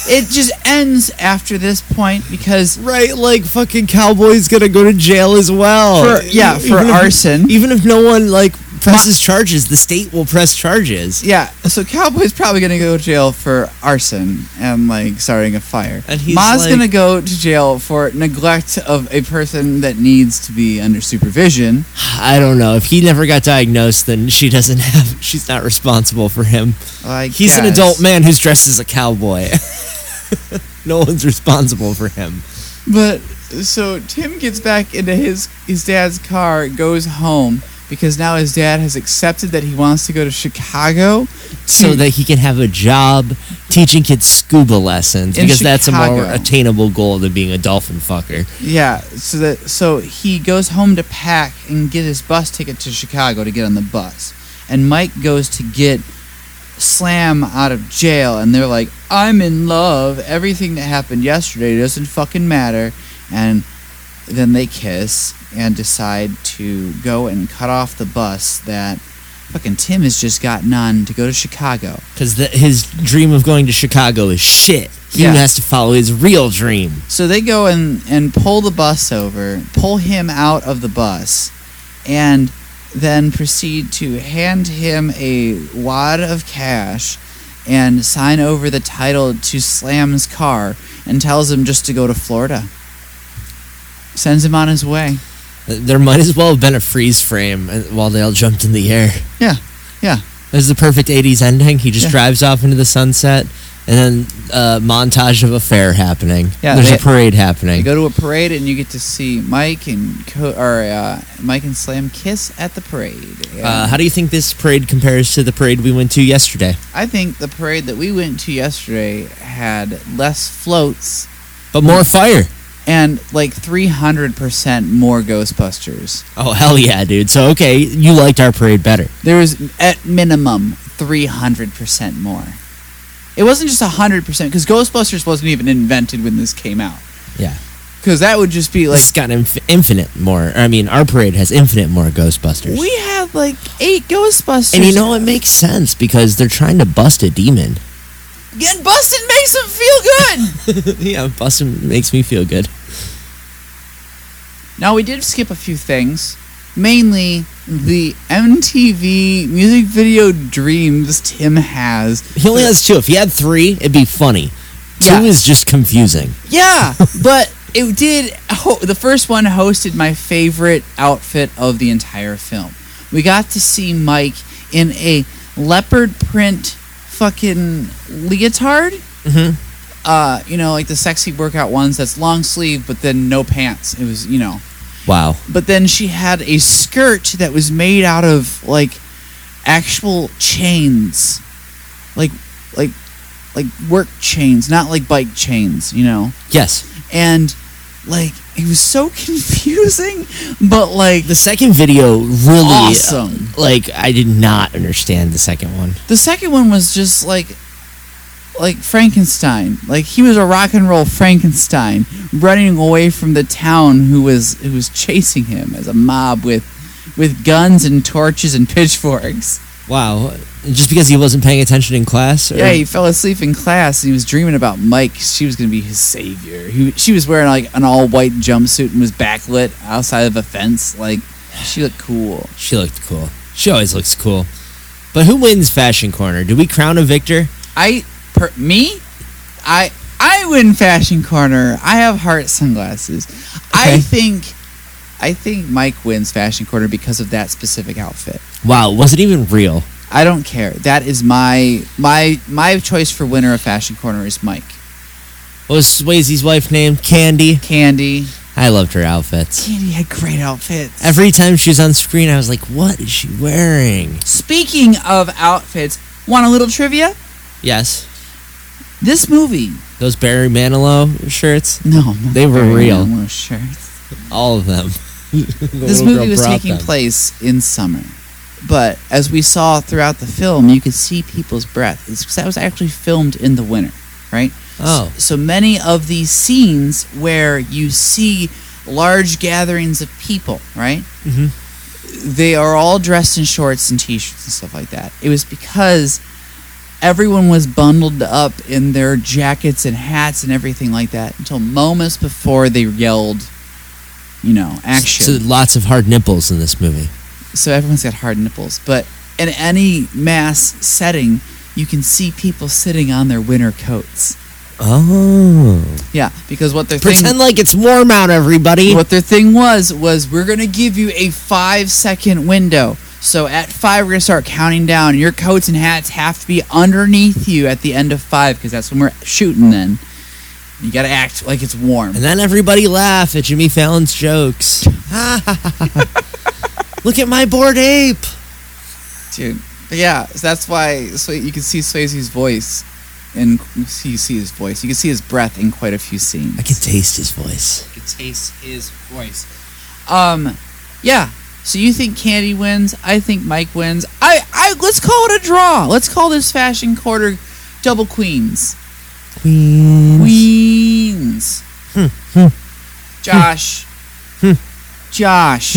[SPEAKER 2] it just ends after this point because
[SPEAKER 3] right? Like fucking cowboy's gonna go to jail as well. E-,
[SPEAKER 2] For- yeah, for
[SPEAKER 3] Even if-
[SPEAKER 2] arson.
[SPEAKER 3] even if no one like presses charges, the state will press charges.
[SPEAKER 2] yeah, so Cowboy's probably gonna go to jail for arson and like starting a fire.
[SPEAKER 3] And he's
[SPEAKER 2] Ma's
[SPEAKER 3] like-
[SPEAKER 2] gonna go to jail for neglect of a person that needs to be under supervision.
[SPEAKER 3] I don't know. If he never got diagnosed, then she doesn't have. She's not responsible for him.
[SPEAKER 2] I
[SPEAKER 3] He's an
[SPEAKER 2] guess.
[SPEAKER 3] adult man who's dressed as a cowboy. no one's responsible for him.
[SPEAKER 2] But so Tim gets back into his his dad's car, goes home because now his dad has accepted that he wants to go to Chicago.
[SPEAKER 3] So
[SPEAKER 2] to-
[SPEAKER 3] that he can have a job teaching kids scuba lessons
[SPEAKER 2] In
[SPEAKER 3] because that's a more
[SPEAKER 2] Chicago.
[SPEAKER 3] attainable goal than being a dolphin fucker.
[SPEAKER 2] yeah, so that so he goes home to pack and get his bus ticket to Chicago to get on the bus, and Mike goes to get Slam out of jail, and they're like, "I'm in love. Everything that happened yesterday doesn't fucking matter," and then they kiss and decide to go and cut off the bus that fucking Tim has just gotten on to go to Chicago.
[SPEAKER 3] Because his dream of going to Chicago is shit. He
[SPEAKER 2] Yeah.
[SPEAKER 3] has to follow his real dream.
[SPEAKER 2] So they go and, and pull the bus over, pull him out of the bus, and then proceed to hand him a wad of cash and sign over the title to Slam's car and tells him just to go to Florida. Sends him on his way.
[SPEAKER 3] There might as well have been a freeze frame uh, while they all jumped in the air.
[SPEAKER 2] Yeah, yeah.
[SPEAKER 3] This is the perfect 80s ending. He just
[SPEAKER 2] Yeah.
[SPEAKER 3] drives off into the sunset, and then a montage of a fair happening.
[SPEAKER 2] Yeah,
[SPEAKER 3] There's
[SPEAKER 2] they-
[SPEAKER 3] a parade
[SPEAKER 2] You
[SPEAKER 3] happening.
[SPEAKER 2] go to a parade and you get to see Mike and Co- or uh, Mike and Slam kiss at the parade. And
[SPEAKER 3] Uh, how do you think this parade compares to the parade we went to yesterday?
[SPEAKER 2] I think the parade that we went to yesterday had less floats Hmm.
[SPEAKER 3] But more fire.
[SPEAKER 2] and like 300% more Ghostbusters.
[SPEAKER 3] Oh, hell yeah, dude. So, okay, you liked our parade better.
[SPEAKER 2] There was at minimum 300% more. It wasn't just 100% because Ghostbusters wasn't even invented when this came out.
[SPEAKER 3] Yeah.
[SPEAKER 2] Because that would just be
[SPEAKER 3] Like,
[SPEAKER 2] like.
[SPEAKER 3] it's got inf- infinite more. I mean, our parade has infinite more Ghostbusters.
[SPEAKER 2] We had like eight Ghostbusters.
[SPEAKER 3] and you know, it makes sense because they're trying to bust a demon.
[SPEAKER 2] Getting busted makes them feel good.
[SPEAKER 3] yeah, busting makes me feel good.
[SPEAKER 2] now, we did skip a few things. Mainly the MTV music video dreams Tim has
[SPEAKER 3] He only has two. If he had three, it'd be funny.
[SPEAKER 2] Yeah.
[SPEAKER 3] Two is just confusing.
[SPEAKER 2] Yeah, but it did. Ho- the first one hosted my favorite outfit of the entire film. We got to see Mike in a leopard print fucking leotard.
[SPEAKER 3] Mhm.
[SPEAKER 2] Uh, you know, like the sexy workout ones that's long sleeve, but then no pants. It was, you know.
[SPEAKER 3] Wow.
[SPEAKER 2] But then she had a skirt that was made out of like actual chains, like like like work chains, not like bike chains. You know
[SPEAKER 3] Yes.
[SPEAKER 2] and like it was so confusing but like
[SPEAKER 3] The second video really uh,
[SPEAKER 2] awesome
[SPEAKER 3] like I did not understand the second one.
[SPEAKER 2] the second one was just like like Frankenstein. Like he was a rock and roll Frankenstein running away from the town who was who was chasing him as a mob with with guns and torches and pitchforks.
[SPEAKER 3] Wow. Just because he wasn't paying attention in class? Or?
[SPEAKER 2] Yeah, he fell asleep in class and he was dreaming about Mike. She was going to be his savior. He, she was wearing like an all white jumpsuit and was backlit outside of a fence. Like she looked cool.
[SPEAKER 3] She looked cool. She always looks cool. But who wins Fashion Corner? Do we crown a victor?
[SPEAKER 2] I per, me, I I win fashion corner. I have heart sunglasses. I
[SPEAKER 3] Okay.
[SPEAKER 2] think I think Mike wins fashion corner because of that specific outfit.
[SPEAKER 3] Wow, was it even real?
[SPEAKER 2] I don't care. That is my my my choice for winner of fashion corner is Mike
[SPEAKER 3] What was Swayze's wife named? Candy.
[SPEAKER 2] Candy.
[SPEAKER 3] I loved her outfits.
[SPEAKER 2] Candy had great outfits.
[SPEAKER 3] Every time she was on screen, I was like, what is she wearing?
[SPEAKER 2] Speaking of outfits, want a little trivia?
[SPEAKER 3] Yes.
[SPEAKER 2] This movie.
[SPEAKER 3] Those Barry Manilow shirts,
[SPEAKER 2] No, not
[SPEAKER 3] They were
[SPEAKER 2] very
[SPEAKER 3] real.
[SPEAKER 2] normal shirts.
[SPEAKER 3] all of them.
[SPEAKER 2] this movie was taking place in summer but as we saw throughout the film you could see people's breath because that was actually filmed in the winter right
[SPEAKER 3] Oh.
[SPEAKER 2] so many of these scenes where you see large gatherings of people right
[SPEAKER 3] Mhm.
[SPEAKER 2] they are all dressed in shorts and t-shirts and stuff like that it was because everyone was bundled up in their jackets and hats and everything like that until moments before they yelled you know action
[SPEAKER 3] So lots of hard nipples in this movie.
[SPEAKER 2] so everyone's got hard nipples. But in any mass setting, you can see people sitting on their winter coats.
[SPEAKER 3] Oh.
[SPEAKER 2] Yeah, because what their
[SPEAKER 3] Pretend
[SPEAKER 2] thing
[SPEAKER 3] like it's warm out, everybody.
[SPEAKER 2] what their thing was was we're gonna give you a five second window. So at five, we're gonna start counting down. Your coats and hats have to be underneath you at the end of five because that's when we're shooting. Then you gotta act like it's warm.
[SPEAKER 3] And then everybody laugh at Jimmy Fallon's jokes. Look at my bored ape.
[SPEAKER 2] dude. But yeah, so that's why so you can see Swayze's voice, and you see you see his voice. You can see his breath in quite a few scenes.
[SPEAKER 3] I can taste his voice.
[SPEAKER 2] I can taste his voice. Um, yeah. So you think Candy wins? I think Mike wins. I I let's call it a draw. Let's call this fashion quarter double queens.
[SPEAKER 3] Queen.
[SPEAKER 2] Queens. Josh. Josh.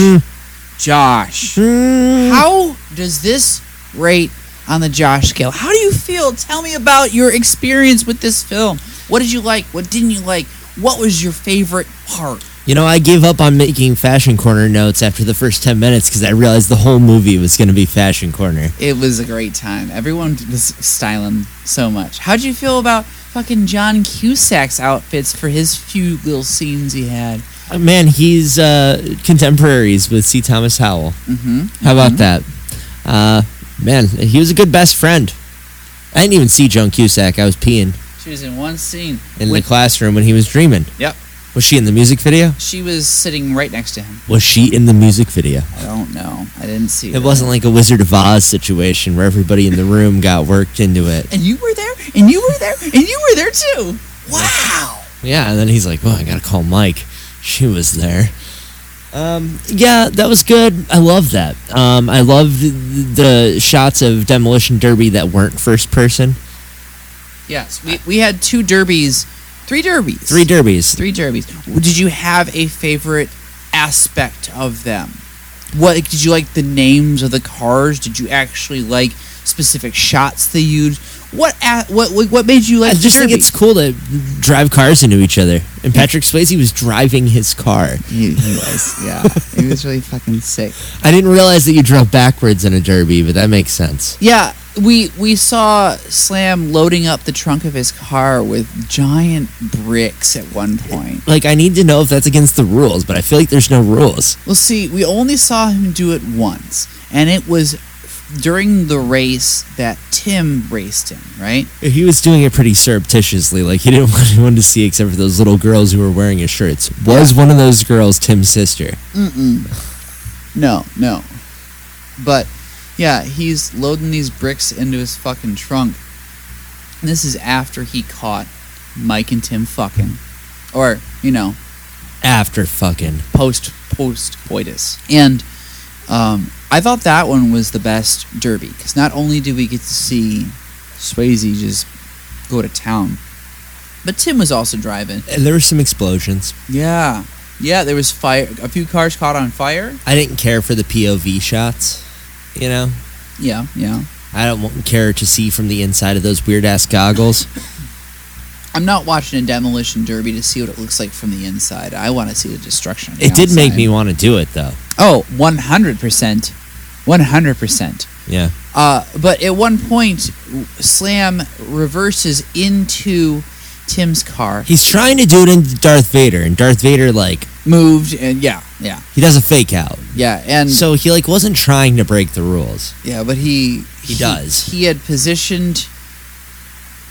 [SPEAKER 2] Josh. How does this rate on the Josh scale? How do you feel? Tell me about your experience with this film. What did you like? What didn't you like? What was your favorite part?
[SPEAKER 3] You know, I gave up on making fashion corner notes after the first 10 minutes because I realized the whole movie was going to be fashion corner.
[SPEAKER 2] It was a great time. Everyone was styling so much. How would you feel about fucking John Cusack's outfits for his few little scenes he had?
[SPEAKER 3] Uh, Man, he's uh, contemporaries with C. Thomas Howell.
[SPEAKER 2] Mm-hmm.
[SPEAKER 3] How about that? Uh, man, he was a good best friend. I didn't even see Joan Cusack. I was peeing
[SPEAKER 2] She was in one scene.
[SPEAKER 3] in
[SPEAKER 2] When-
[SPEAKER 3] the classroom when he was dreaming.
[SPEAKER 2] Yep.
[SPEAKER 3] Was she in the music video?
[SPEAKER 2] She was sitting right next to him.
[SPEAKER 3] Was she in the music video?
[SPEAKER 2] I don't know. I didn't see her.
[SPEAKER 3] It wasn't like a Wizard of Oz situation where everybody in the room got worked into it.
[SPEAKER 2] And you were there, and you were there, and you were there too. Wow.
[SPEAKER 3] Yeah, and then he's like, "Well, I gotta call Mike." She was there. Um, yeah, that was good. I love that. Um, I love the, the shots of demolition derby that weren't first person.
[SPEAKER 2] Yes, we, we had two derbies, three derbies,
[SPEAKER 3] Three derbies.
[SPEAKER 2] three derbies. Did you have a favorite aspect of them? What did you like? The names of the cars? Did you actually like specific shots they used? What a- what what what made you like?
[SPEAKER 3] I just
[SPEAKER 2] the
[SPEAKER 3] think
[SPEAKER 2] derby?
[SPEAKER 3] it's cool to drive cars into each other. And Patrick Swayze was driving his car.
[SPEAKER 2] he, he was yeah, he was really fucking sick.
[SPEAKER 3] I didn't realize that you drove backwards in a derby, but that makes sense.
[SPEAKER 2] Yeah, we we saw Slam loading up the trunk of his car with giant bricks at one point.
[SPEAKER 3] Like, I need to know if that's against the rules, but I feel like there's no rules.
[SPEAKER 2] Well, see, we only saw him do it once, and it was during the race that Tim raced in, right?
[SPEAKER 3] He was doing it pretty surreptitiously. Like he didn't want anyone to see except for those little girls who were wearing his shirts. Was one of those girls Tim's sister?
[SPEAKER 2] No, no. But yeah, he's loading these bricks into his fucking trunk. And this is after he caught Mike and Tim fucking, or you know,
[SPEAKER 3] After fucking.
[SPEAKER 2] post post coitus. And um, I thought that one was the best derby because not only did we get to see Swayze just go to town. But Tim was also driving.
[SPEAKER 3] And there were some explosions.
[SPEAKER 2] Yeah. Yeah, there was fire. A few cars caught on fire.
[SPEAKER 3] I didn't care for the POV shots. You know,
[SPEAKER 2] Yeah, yeah.
[SPEAKER 3] I don't want- care to see from the inside of those weird ass goggles.
[SPEAKER 2] I'm not watching a demolition derby to see what it looks like from the inside. I want to see the destruction. on the
[SPEAKER 3] It did make
[SPEAKER 2] outside.
[SPEAKER 3] me want to do it though.
[SPEAKER 2] Oh, 100%. 100%.
[SPEAKER 3] Yeah.
[SPEAKER 2] Uh, but at one point, Slam reverses into Tim's car,
[SPEAKER 3] He's trying to do it in Darth Vader, and Darth Vader like
[SPEAKER 2] moved, and yeah, yeah,
[SPEAKER 3] he does a fake out.
[SPEAKER 2] yeah, and
[SPEAKER 3] So he like wasn't trying to break the rules.
[SPEAKER 2] yeah, but he
[SPEAKER 3] He does.
[SPEAKER 2] He had positioned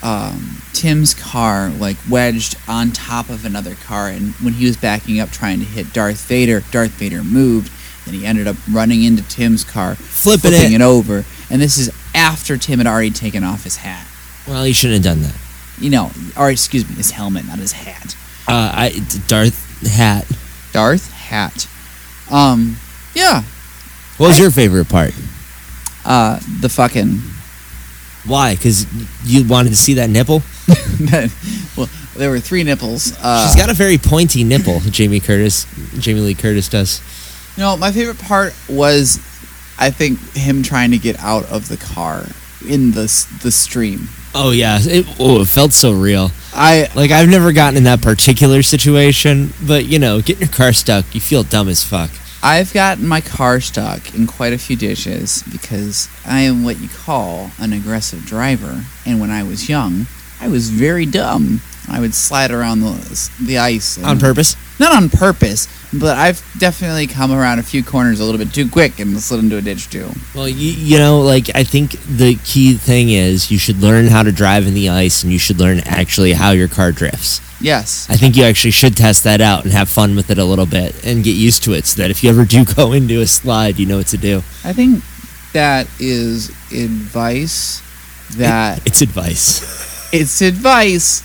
[SPEAKER 2] um, Tim's car like wedged on top of another car, and when he was backing up trying to hit Darth Vader, Darth Vader moved, and he ended up running into Tim's car,
[SPEAKER 3] Flipping,
[SPEAKER 2] flipping
[SPEAKER 3] it.
[SPEAKER 2] it over, and this is after Tim had already taken off his hat.
[SPEAKER 3] Well, he shouldn't have done that.
[SPEAKER 2] You know, or excuse me, his helmet, not his hat.
[SPEAKER 3] Uh, I Darth hat.
[SPEAKER 2] Darth Hat. Um, yeah,
[SPEAKER 3] What was
[SPEAKER 2] I-
[SPEAKER 3] your favorite part?
[SPEAKER 2] uh, the fucking.
[SPEAKER 3] Why? Because you wanted to see that nipple.
[SPEAKER 2] well, there were three nipples. Uh,
[SPEAKER 3] She's got a very pointy nipple. Jamie Curtis, Jamie Lee Curtis does.
[SPEAKER 2] no, my favorite part was, I think, him trying to get out of the car in the s- the stream.
[SPEAKER 3] Oh yeah. It, oh, it felt so real.
[SPEAKER 2] I
[SPEAKER 3] Like I've never gotten in that particular situation, but you know, getting your car stuck, you feel dumb as fuck.
[SPEAKER 2] I've gotten my car stuck in quite a few ditches because I am what you call an aggressive driver. And when I was young, I was very dumb. I would slide around the the ice
[SPEAKER 3] On
[SPEAKER 2] and-
[SPEAKER 3] purpose.
[SPEAKER 2] not on purpose, but I've definitely come around a few corners a little bit too quick and slid into a ditch too.
[SPEAKER 3] Well, you, you know, like I think the key thing is you should learn how to drive in the ice, and you should learn actually how your car drifts.
[SPEAKER 2] Yes.
[SPEAKER 3] I think you actually should test that out and have fun with it a little bit and get used to it, so that if you ever do go into a slide, you know what to do.
[SPEAKER 2] I think that is advice that
[SPEAKER 3] It's advice.
[SPEAKER 2] it's advice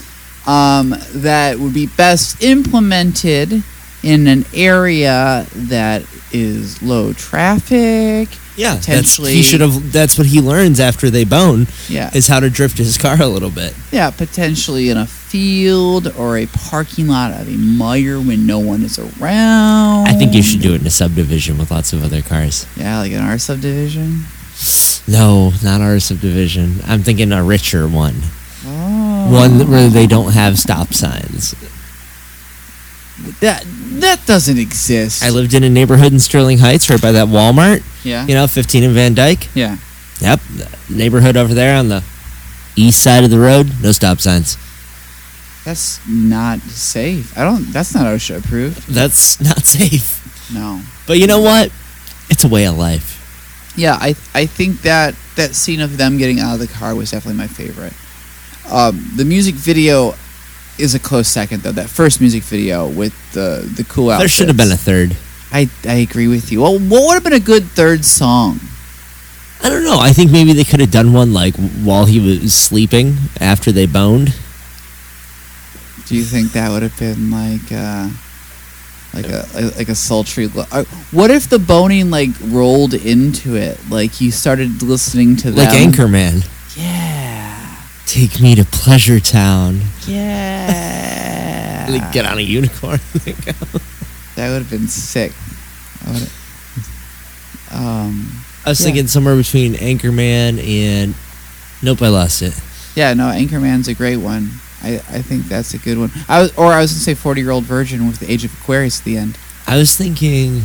[SPEAKER 2] um, that would be best implemented in an area that is low traffic.
[SPEAKER 3] Yeah, that's-
[SPEAKER 2] Potentially-
[SPEAKER 3] he should have. That's what he learns after they bone
[SPEAKER 2] Yeah.
[SPEAKER 3] is how to drift his car a little bit.
[SPEAKER 2] Yeah, potentially in a field or a parking lot of a mire when no one is around.
[SPEAKER 3] I think you should do it in a subdivision with lots of other cars.
[SPEAKER 2] Yeah, like in our subdivision.
[SPEAKER 3] No, not our subdivision. I'm thinking a richer one,
[SPEAKER 2] Oh.
[SPEAKER 3] one where they don't have stop signs.
[SPEAKER 2] That that doesn't exist.
[SPEAKER 3] I lived in a neighborhood in Sterling Heights right by that Walmart,
[SPEAKER 2] yeah.
[SPEAKER 3] you know, 15 and Van Dyke.
[SPEAKER 2] Yeah.
[SPEAKER 3] Yep. the neighborhood over there on the east side of the road, no stop signs.
[SPEAKER 2] That's not safe. I don't that's not OSHA approved.
[SPEAKER 3] That's not safe.
[SPEAKER 2] No.
[SPEAKER 3] But you know what? It's a way of life.
[SPEAKER 2] Yeah, I I think that that scene of them getting out of the car was definitely my favorite. Um, the music video is a close second though. That first music video with the the cool outfits.
[SPEAKER 3] There should have been a third.
[SPEAKER 2] I I agree with you. Well, what would have been a good third song?
[SPEAKER 3] I don't know. I think maybe they could have done one like while he was sleeping after they boned.
[SPEAKER 2] Do you think that would have been like uh like a like a sultry lo- uh, what if the boning like rolled into it like you started listening to them
[SPEAKER 3] Like Anchorman.
[SPEAKER 2] yeah
[SPEAKER 3] Take me to Pleasure Town.
[SPEAKER 2] yeah
[SPEAKER 3] Like, get on a unicorn.
[SPEAKER 2] that would have been sick I would've- um
[SPEAKER 3] I was
[SPEAKER 2] Yeah.
[SPEAKER 3] thinking somewhere between Anchorman and. Nope, I lost it.
[SPEAKER 2] yeah no Anchorman's a great one I I think that's a good one I was or I was gonna say forty year old virgin with the Age of Aquarius at the end
[SPEAKER 3] I was thinking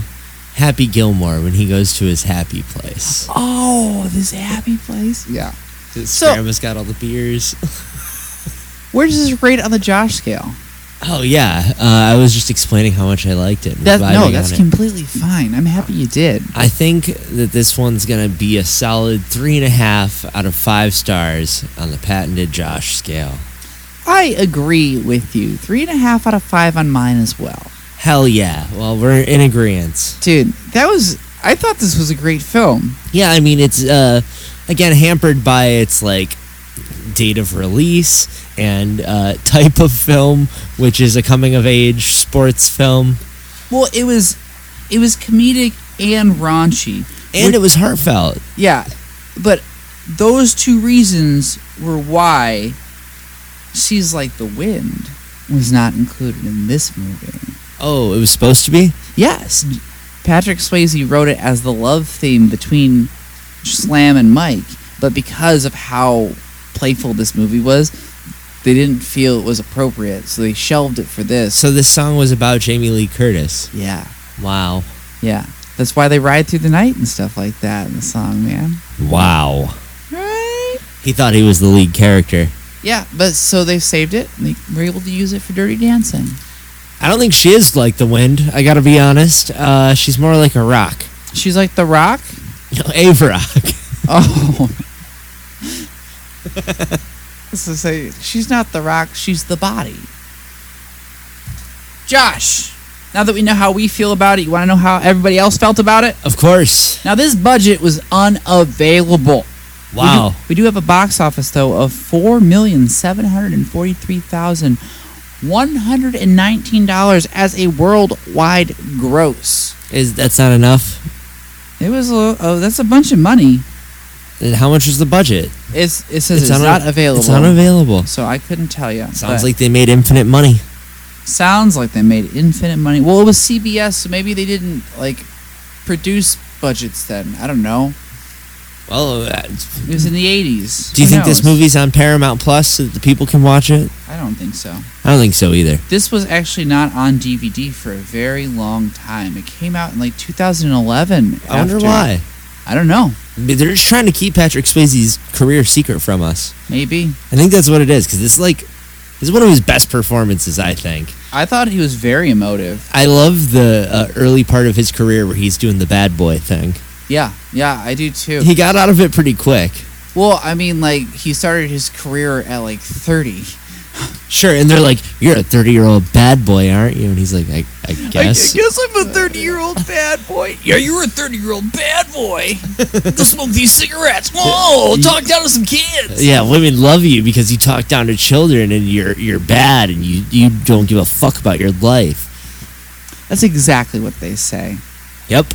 [SPEAKER 3] Happy Gilmore when he goes to his happy place.
[SPEAKER 2] oh this happy place yeah
[SPEAKER 3] His
[SPEAKER 2] So-
[SPEAKER 3] grandma's got all the beers.
[SPEAKER 2] where does this rate on the Josh scale
[SPEAKER 3] Oh yeah, uh, I was just explaining how much I liked it. and
[SPEAKER 2] That,
[SPEAKER 3] vibing
[SPEAKER 2] no,
[SPEAKER 3] on
[SPEAKER 2] that's
[SPEAKER 3] it.
[SPEAKER 2] completely fine. I'm happy you did.
[SPEAKER 3] I think that this one's gonna be a solid three and a half out of five stars on the patented Josh scale.
[SPEAKER 2] I agree with you. Three and a half out of five on mine as well.
[SPEAKER 3] Hell yeah! Well, we're in agreement.
[SPEAKER 2] Dude, that was. I thought this was a great film.
[SPEAKER 3] Yeah, I mean it's uh, again hampered by its like date of release and uh, type of film, which is a coming of age sports film,
[SPEAKER 2] Well, it was. It was comedic and raunchy.
[SPEAKER 3] and it was heartfelt.
[SPEAKER 2] Yeah, but those two reasons were why She's Like the Wind was not included in this movie.
[SPEAKER 3] Oh, it was supposed to be.
[SPEAKER 2] Yes, Patrick Swayze wrote it as the love theme between Slam and Mike, but because of how playful this movie was, they didn't feel it was appropriate, so they shelved it for this.
[SPEAKER 3] So this song was about Jamie Lee Curtis.
[SPEAKER 2] yeah,
[SPEAKER 3] Wow.
[SPEAKER 2] yeah. That's why they ride through the night and stuff like that in the song, man.
[SPEAKER 3] Wow.
[SPEAKER 2] Right?
[SPEAKER 3] He thought he was the lead character.
[SPEAKER 2] Yeah, but so they saved it. And they were able to use it for Dirty Dancing.
[SPEAKER 3] I don't think she is like the wind. I gotta be honest. Uh, she's more like a rock.
[SPEAKER 2] She's like the Rock.
[SPEAKER 3] A rock.
[SPEAKER 2] Oh. so say she's not the Rock. She's the body. Josh. Now that we know how we feel about it, you want to know how everybody else felt about it?
[SPEAKER 3] Of course.
[SPEAKER 2] Now, this budget was unavailable. We do-
[SPEAKER 3] Wow.
[SPEAKER 2] We do, have a box office though of four million seven hundred and forty-three thousand one hundred and nineteen dollars as a worldwide gross.
[SPEAKER 3] Is that's not enough?
[SPEAKER 2] It was a, oh, that's a bunch of money.
[SPEAKER 3] And how much was the budget?
[SPEAKER 2] It's it says it's,
[SPEAKER 3] una-
[SPEAKER 2] not available.
[SPEAKER 3] It's unavailable.
[SPEAKER 2] so I couldn't tell you.
[SPEAKER 3] Sounds like they made infinite money.
[SPEAKER 2] sounds like they made infinite money. Well, it was CBS, so maybe they didn't like produce budgets then. I don't know.
[SPEAKER 3] Well, uh,
[SPEAKER 2] It was in the eighties.
[SPEAKER 3] do you think this movie's on Paramount Plus so that the people can watch it?
[SPEAKER 2] I don't think so.
[SPEAKER 3] I don't think so either.
[SPEAKER 2] This was actually not on DVD for a very long time. It came out in like 2011.
[SPEAKER 3] I wonder
[SPEAKER 2] after-
[SPEAKER 3] why.
[SPEAKER 2] I don't know.
[SPEAKER 3] But They're just trying to keep Patrick Swayze's career secret from us.
[SPEAKER 2] Maybe.
[SPEAKER 3] I think that's what it is because it's like this is one of his best performances. I think
[SPEAKER 2] I thought he was very emotive.
[SPEAKER 3] I love the uh, early part of his career where he's doing the bad boy thing.
[SPEAKER 2] Yeah, yeah, I do too.
[SPEAKER 3] He got out of it pretty quick.
[SPEAKER 2] Well, I mean, like he started his career at like 30.
[SPEAKER 3] Sure, and they're like, "You're a thirty-year-old bad boy, aren't you?" And he's like, "I, I guess."
[SPEAKER 2] guess I'm a 30 year old bad boy.
[SPEAKER 1] Yeah, you're a 30 year old bad boy. Go smoke these cigarettes. Whoa, talk down to some kids.
[SPEAKER 3] yeah, women love you because you talk down to children and you're you're bad and you you don't give a fuck about your life.
[SPEAKER 2] That's exactly what they say.
[SPEAKER 3] Yep.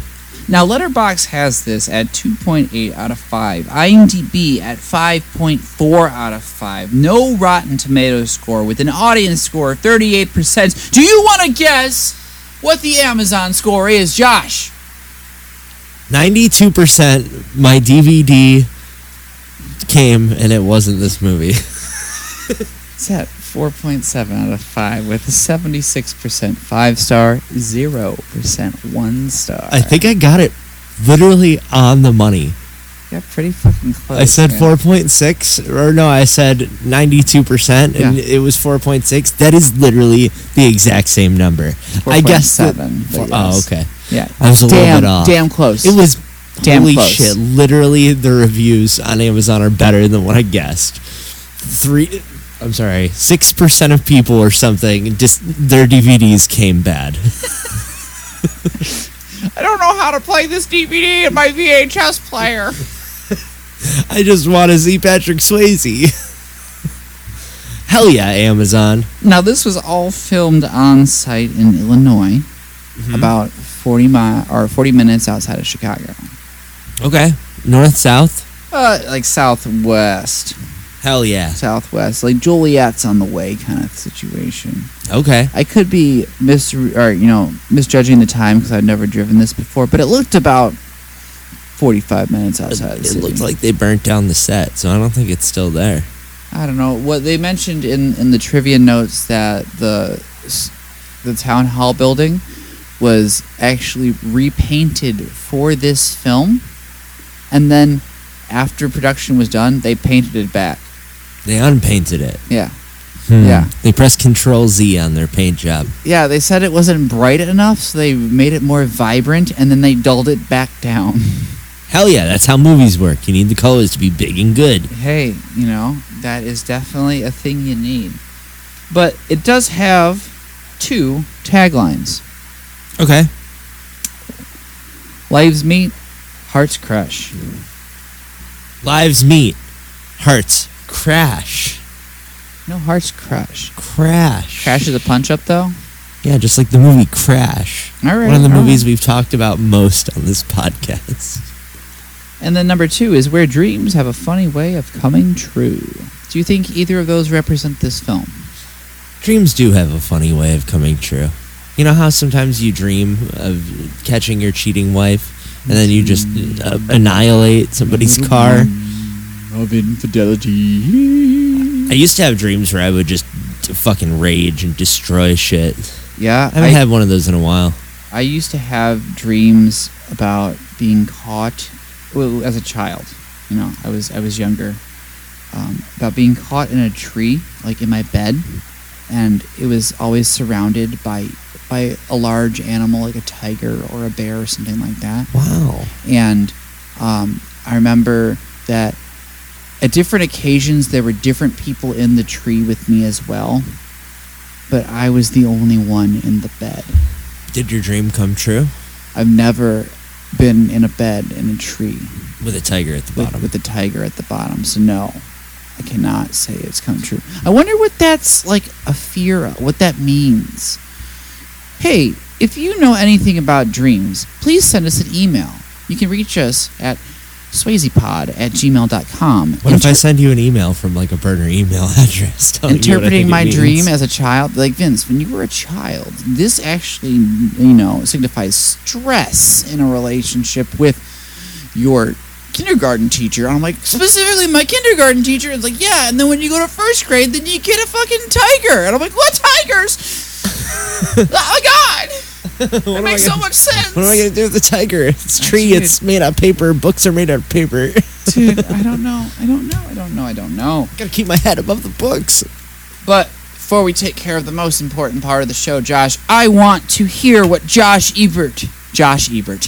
[SPEAKER 2] Now, Letterbox has this at 2.8 out of 5. IMDb at 5.4 out of 5. No Rotten Tomatoes score with an audience score of 38%. Do you want to guess what the Amazon score is, Josh?
[SPEAKER 3] 92% my DVD came and it wasn't this movie.
[SPEAKER 2] It's at 4.7 out of 5 with a 76% 5 star, 0% 1 star.
[SPEAKER 3] I think I got it literally on the money.
[SPEAKER 2] Yeah, pretty fucking close.
[SPEAKER 3] I said
[SPEAKER 2] man.
[SPEAKER 3] 4.6 or no, I said 92% and
[SPEAKER 2] Yeah.
[SPEAKER 3] it was 4.6. That is literally the exact same number. I guess that-
[SPEAKER 2] 4.7, but
[SPEAKER 3] Oh,
[SPEAKER 2] yes.
[SPEAKER 3] okay.
[SPEAKER 2] Yeah.
[SPEAKER 3] I was a little
[SPEAKER 2] damn,
[SPEAKER 3] bit off.
[SPEAKER 2] Damn close.
[SPEAKER 3] It was
[SPEAKER 2] Damn
[SPEAKER 3] holy
[SPEAKER 2] close.
[SPEAKER 3] shit. Literally, the reviews on Amazon are better than what I guessed. Three, I'm sorry, six percent of people or something just their DVDs came bad.
[SPEAKER 2] I don't know how to play this DVD in my VHS player.
[SPEAKER 3] I just want to see Patrick Swayze. Hell yeah, Amazon.
[SPEAKER 2] Now, this was all filmed on site in Illinois,
[SPEAKER 3] Mm-hmm.
[SPEAKER 2] about 40 mi- or 40 minutes outside of Chicago.
[SPEAKER 3] Okay, north south.
[SPEAKER 2] Uh, like southwest,
[SPEAKER 3] Hell yeah.
[SPEAKER 2] southwest, like Joliet's on the way kind of situation.
[SPEAKER 3] Okay.
[SPEAKER 2] I could be mis or you know misjudging the time because I've never driven this before, but it looked about 45 minutes outside. of the
[SPEAKER 3] It
[SPEAKER 2] city.
[SPEAKER 3] looked like they burnt down the set, so I don't think it's still there.
[SPEAKER 2] I don't know what they mentioned in in the trivia notes that the s- the town hall building was actually repainted for this film, and then after production was done, they painted it back.
[SPEAKER 3] They unpainted it.
[SPEAKER 2] Yeah,
[SPEAKER 3] Hmm.
[SPEAKER 2] Yeah.
[SPEAKER 3] They pressed Control Z on their paint job.
[SPEAKER 2] yeah. They said it wasn't bright enough, so they made it more vibrant, and then they dulled it back down.
[SPEAKER 3] Hell yeah, that's how movies work. You need the colors to be big and good.
[SPEAKER 2] hey, you know, that is definitely a thing you need. But it does have two taglines.
[SPEAKER 3] Okay.
[SPEAKER 2] Lives meet, hearts crush.
[SPEAKER 3] Lives meet, hearts crash,
[SPEAKER 2] No hearts crush.
[SPEAKER 3] crash,
[SPEAKER 2] Crash is a punch up though.
[SPEAKER 3] Yeah, just like the movie Crash.
[SPEAKER 2] All right.
[SPEAKER 3] One of the
[SPEAKER 2] all
[SPEAKER 3] movies
[SPEAKER 2] right.
[SPEAKER 3] we've talked about most on this podcast.
[SPEAKER 2] And then number two is where dreams have a funny way of coming true. Do you think either of those represent this film?
[SPEAKER 3] Dreams do have a funny way of coming true. You know how sometimes you dream of catching your cheating wife and then you just uh, annihilate somebody's car?
[SPEAKER 2] Of infidelity.
[SPEAKER 3] I used to have dreams where I would just t- fucking rage and destroy shit.
[SPEAKER 2] Yeah,
[SPEAKER 3] I
[SPEAKER 2] I,
[SPEAKER 3] haven't had one of those in a while.
[SPEAKER 2] I used to have dreams about being caught well, as a child. You know, I was I was younger um, about being caught in a tree, like in my bed, and it was always surrounded by by a large animal, like a tiger or a bear or something like that.
[SPEAKER 3] Wow.
[SPEAKER 2] and um, I remember that at different occasions there were different people in the tree with me as well, but I was the only one in the bed.
[SPEAKER 3] Did your dream come true?
[SPEAKER 2] I've never been in a bed in a tree
[SPEAKER 3] With a tiger at the
[SPEAKER 2] with,
[SPEAKER 3] bottom.
[SPEAKER 2] with the tiger at the bottom, so no. I cannot say it's come true. I wonder what that's like a fear of, what that means. Hey, if you know anything about dreams, please send us an email. You can reach us at swayzepod at gmail.com.
[SPEAKER 3] what if I send you an email from like a burner email address? telling you what I think
[SPEAKER 2] interpreting
[SPEAKER 3] it
[SPEAKER 2] my
[SPEAKER 3] means?
[SPEAKER 2] dream as a child, like Vince, when you were a child, this actually, you know, signifies stress in a relationship with your kindergarten teacher. And I'm like, specifically my kindergarten teacher is like, yeah, and then when you go to first grade, then you get a fucking tiger. And I'm like, what tigers? oh my god! That makes so much sense.
[SPEAKER 3] What am I gonna do with the tiger? It's tree.
[SPEAKER 2] Dude.
[SPEAKER 3] It's made out of paper. Books are made out of paper.
[SPEAKER 2] Dude, I don't know. I don't know. I don't know. I don't know.
[SPEAKER 3] Gotta keep my head above the books.
[SPEAKER 2] But before we take care of the most important part of the show, Josh, I want to hear what Josh Ebert, Josh Ebert,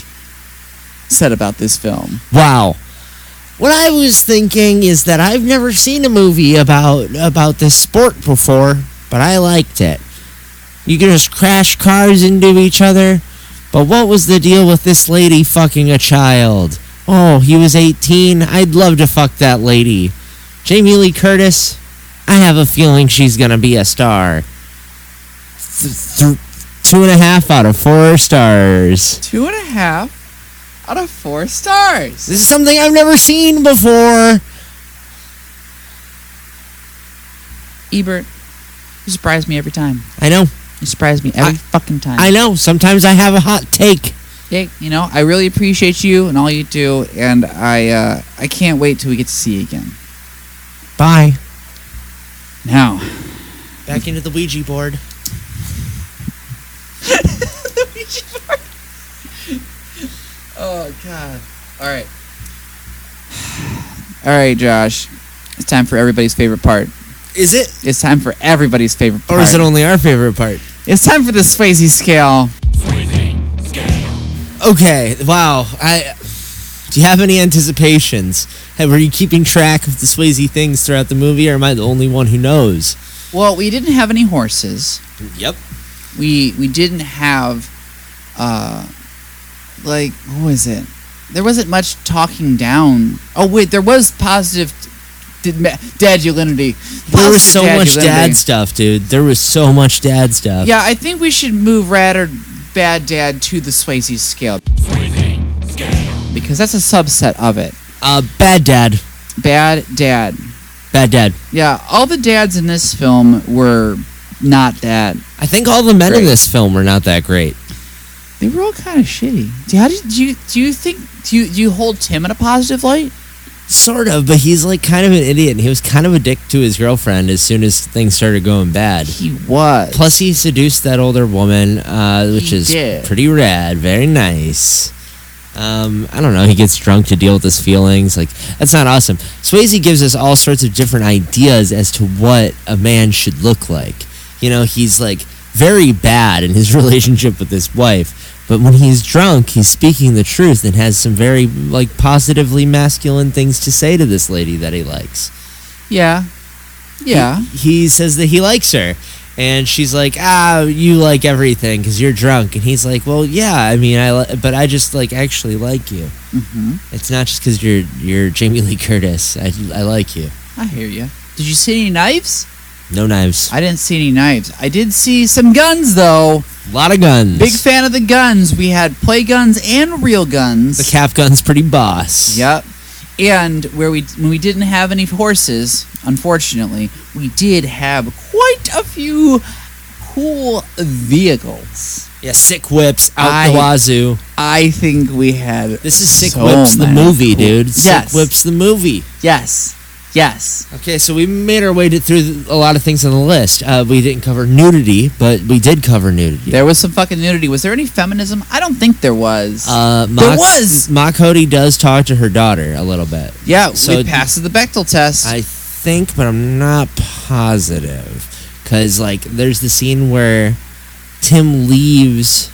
[SPEAKER 2] said about this film.
[SPEAKER 3] Wow. What I was thinking is that I've never seen a movie about about this sport before, but I liked it. You can just crash cars into each other. But what was the deal with this lady fucking a child? Oh, he was 18. I'd love to fuck that lady. Jamie Lee Curtis, I have a feeling she's gonna be a star. Th- th- two and a half out of four stars.
[SPEAKER 2] Two and a half out of four stars.
[SPEAKER 3] This is something I've never seen before.
[SPEAKER 2] Ebert, you surprise me every time.
[SPEAKER 3] I know.
[SPEAKER 2] You surprise me every
[SPEAKER 3] I-
[SPEAKER 2] fucking time.
[SPEAKER 3] I know. Sometimes I have a hot take.
[SPEAKER 2] Hey, you know, I really appreciate you and all you do, and I uh, I can't wait till we get to see you again.
[SPEAKER 3] Bye.
[SPEAKER 2] Now,
[SPEAKER 3] Back into the Ouija board.
[SPEAKER 2] oh god! All right, all right, Josh. It's time for everybody's favorite part.
[SPEAKER 3] Is it?
[SPEAKER 2] It's time for everybody's favorite
[SPEAKER 3] Or
[SPEAKER 2] part.
[SPEAKER 3] is it only our favorite part?
[SPEAKER 2] it's time for the Swayze scale.
[SPEAKER 3] Okay. Wow. I. Do you have any anticipations? Have- Were you keeping track of the Swayze things throughout the movie, or am I the only one who knows?
[SPEAKER 2] Well, we didn't have any horses.
[SPEAKER 3] Yep.
[SPEAKER 2] We we didn't have, uh, like what was it? There wasn't much talking down. Oh wait, there was positive. Did ma- dadulinity.
[SPEAKER 3] There
[SPEAKER 2] Positive
[SPEAKER 3] was so much
[SPEAKER 2] dadulinity.
[SPEAKER 3] dad stuff, dude. There was so much dad stuff.
[SPEAKER 2] Yeah, I think we should move Rad or Bad Dad to the Swayze scale. Because that's a subset of it.
[SPEAKER 3] Uh, bad dad.
[SPEAKER 2] Bad Dad.
[SPEAKER 3] Bad dad.
[SPEAKER 2] Yeah, all the dads in this film were not that.
[SPEAKER 3] I think all the men in
[SPEAKER 2] Great.
[SPEAKER 3] this film were not that great.
[SPEAKER 2] They were all kind of shitty. Do you, how do you, do you do you think do you do you hold Tim in a positive light?
[SPEAKER 3] Sort of, but he's like kind of an idiot. and He was kind of a dick to his girlfriend as soon as things started going bad.
[SPEAKER 2] He was.
[SPEAKER 3] Plus, he seduced that older woman, uh, which
[SPEAKER 2] He
[SPEAKER 3] is
[SPEAKER 2] did.
[SPEAKER 3] pretty rad, very nice. Um, I don't know. He gets drunk to deal with his feelings. Like that's not awesome. Swayze gives us all sorts of different ideas as to what a man should look like. You know, he's like very bad in his relationship with his wife, but when he's drunk, he's speaking the truth and has some very like positively masculine things to say to this lady that he likes
[SPEAKER 2] yeah, yeah.
[SPEAKER 3] he says that he likes her and she's like ah you like everything because you're drunk and he's like well yeah i mean i li- but i just like actually like you
[SPEAKER 2] hmm
[SPEAKER 3] it's not just because you're you're jamie lee curtis I, I like you
[SPEAKER 2] I hear you. Did you see any knives?
[SPEAKER 3] no knives
[SPEAKER 2] I didn't see any knives. I did see some guns though.
[SPEAKER 3] a lot of guns
[SPEAKER 2] Big fan of the guns. We had play guns and real guns.
[SPEAKER 3] the cap gun's pretty boss
[SPEAKER 2] Yep. and where we when we didn't have any horses, unfortunately, we did have quite a few cool vehicles.
[SPEAKER 3] Yeah, sick whips out the
[SPEAKER 2] I-
[SPEAKER 3] wazoo.
[SPEAKER 2] I think we had
[SPEAKER 3] This is sick
[SPEAKER 2] so
[SPEAKER 3] whips the
[SPEAKER 2] many
[SPEAKER 3] movie,
[SPEAKER 2] cool-
[SPEAKER 3] dude. Sick
[SPEAKER 2] Yes,
[SPEAKER 3] whips the movie.
[SPEAKER 2] yes, yes.
[SPEAKER 3] Okay, so we made our way to, through a lot of things on the list. Uh, we didn't cover nudity, but we did cover nudity.
[SPEAKER 2] There was some fucking nudity. Was there any feminism? I don't think there was.
[SPEAKER 3] uh,
[SPEAKER 2] There
[SPEAKER 3] Ma-
[SPEAKER 2] was.
[SPEAKER 3] Ma Cody does talk to her daughter a little bit.
[SPEAKER 2] yeah,
[SPEAKER 3] so-
[SPEAKER 2] we passed the Bechtel test.
[SPEAKER 3] I think, but I'm not positive. Because, like, there's the scene where Tim leaves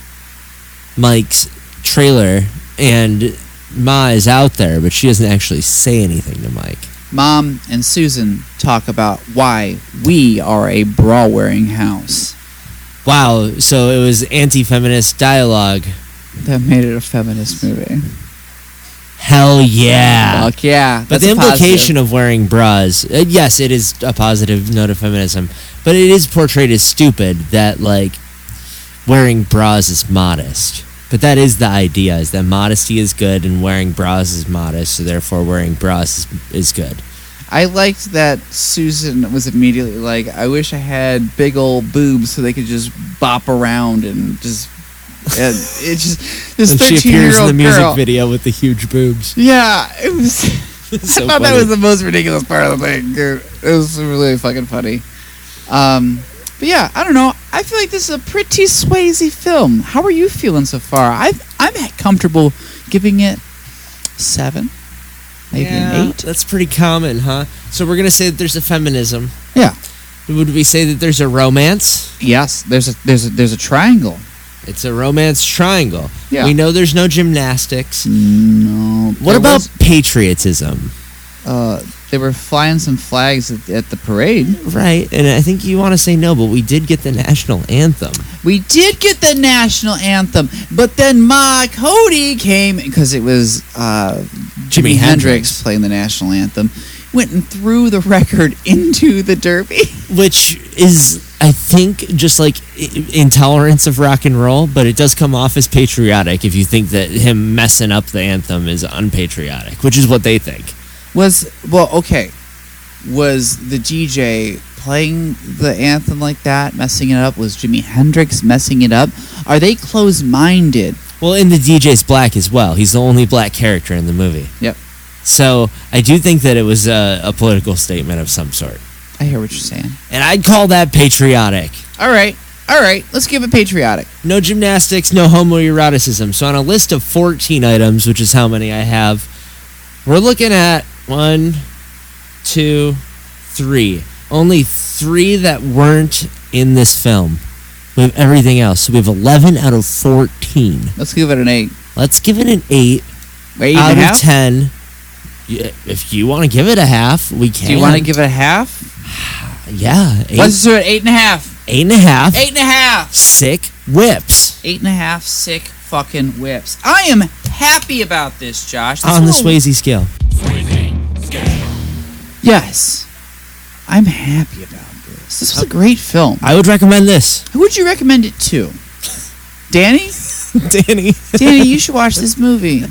[SPEAKER 3] Mike's trailer and Ma is out there, but she doesn't actually say anything to Mike.
[SPEAKER 2] Mom and Susan talk about why we are a bra wearing house.
[SPEAKER 3] Wow, so it was anti feminist dialogue.
[SPEAKER 2] That made it a feminist movie.
[SPEAKER 3] Hell yeah.
[SPEAKER 2] Fuck yeah.
[SPEAKER 3] But
[SPEAKER 2] that's
[SPEAKER 3] the
[SPEAKER 2] a positive.
[SPEAKER 3] implication of wearing bras, uh, yes, it is a positive note of feminism, but it is portrayed as stupid that like wearing bras is modest. But that is the idea: is that modesty is good, and wearing bras is modest, so therefore wearing bras is, is good.
[SPEAKER 2] I liked that Susan was immediately like, I wish I had big old boobs so they could just bop around and just. and it just this
[SPEAKER 3] And
[SPEAKER 2] thirteen
[SPEAKER 3] she appears
[SPEAKER 2] year
[SPEAKER 3] in the
[SPEAKER 2] old
[SPEAKER 3] music
[SPEAKER 2] girl.
[SPEAKER 3] video with the huge boobs.
[SPEAKER 2] Yeah, it was.
[SPEAKER 3] So
[SPEAKER 2] I thought that
[SPEAKER 3] funny.
[SPEAKER 2] was the most ridiculous part of the thing. dude. It was really fucking funny. Um, but yeah, I don't know. I feel like this is a pretty Swayze film. How are you feeling so far? I've, I'm comfortable giving it seven, maybe an eight.
[SPEAKER 3] That's pretty common, huh? So we're gonna say that there's a feminism.
[SPEAKER 2] Yeah.
[SPEAKER 3] Would we say that there's a romance?
[SPEAKER 2] Yes, there's a there's a there's a triangle.
[SPEAKER 3] It's a romance triangle.
[SPEAKER 2] Yeah.
[SPEAKER 3] We know there's no gymnastics.
[SPEAKER 2] No.
[SPEAKER 3] What
[SPEAKER 2] there
[SPEAKER 3] about
[SPEAKER 2] was,
[SPEAKER 3] patriotism?
[SPEAKER 2] uh, they were flying some flags at, at the parade.
[SPEAKER 3] Right, and I think you want to say no, but we did get the national anthem.
[SPEAKER 2] We did get the national anthem, but then Ma Cody came because it was uh, Jimi,
[SPEAKER 3] Jimi
[SPEAKER 2] Hendrix.
[SPEAKER 3] Hendrix.
[SPEAKER 2] playing the national anthem. Went and threw the record into the derby.
[SPEAKER 3] Which is, I think, just like i- intolerance of rock and roll, but it does come off as patriotic if you think that him messing up the anthem is unpatriotic, which is what they think.
[SPEAKER 2] Was well, okay. Was the DJ playing the anthem like that, messing it up? Was Jimi Hendrix messing it up? Are they closed-minded?
[SPEAKER 3] Well, and the DJ's black as well. He's the only black character in the movie.
[SPEAKER 2] Yep.
[SPEAKER 3] So I do think that it was a, a political statement of some sort.
[SPEAKER 2] I hear what you're saying.
[SPEAKER 3] And I'd call that patriotic.
[SPEAKER 2] All right, all right. Let's give it patriotic.
[SPEAKER 3] no gymnastics, no homoeroticism. So on a list of 14 items, which is how many I have, we're looking at one, two, three. Only three that weren't in this film. We have everything else. So we have 11 out of 14.
[SPEAKER 2] Let's give it an eight.
[SPEAKER 3] Let's give it an 8
[SPEAKER 2] Eight and a
[SPEAKER 3] out of
[SPEAKER 2] half?
[SPEAKER 3] 10. Yeah, If you want to give it a half, we can.
[SPEAKER 2] Do you want to give it a half?
[SPEAKER 3] Yeah, eight,
[SPEAKER 2] Let's do it. Eight and a half.
[SPEAKER 3] eight and a half.
[SPEAKER 2] Eight and a half.
[SPEAKER 3] Sick whips.
[SPEAKER 2] Eight and a half sick fucking whips. I am happy about this, Josh. This
[SPEAKER 3] on the
[SPEAKER 2] little-
[SPEAKER 3] Swayze scale.
[SPEAKER 2] Yes. I'm happy about this. This was a great film.
[SPEAKER 3] I would recommend this.
[SPEAKER 2] Who would you recommend it to? Danny?
[SPEAKER 3] Danny.
[SPEAKER 2] Danny, you should watch this movie.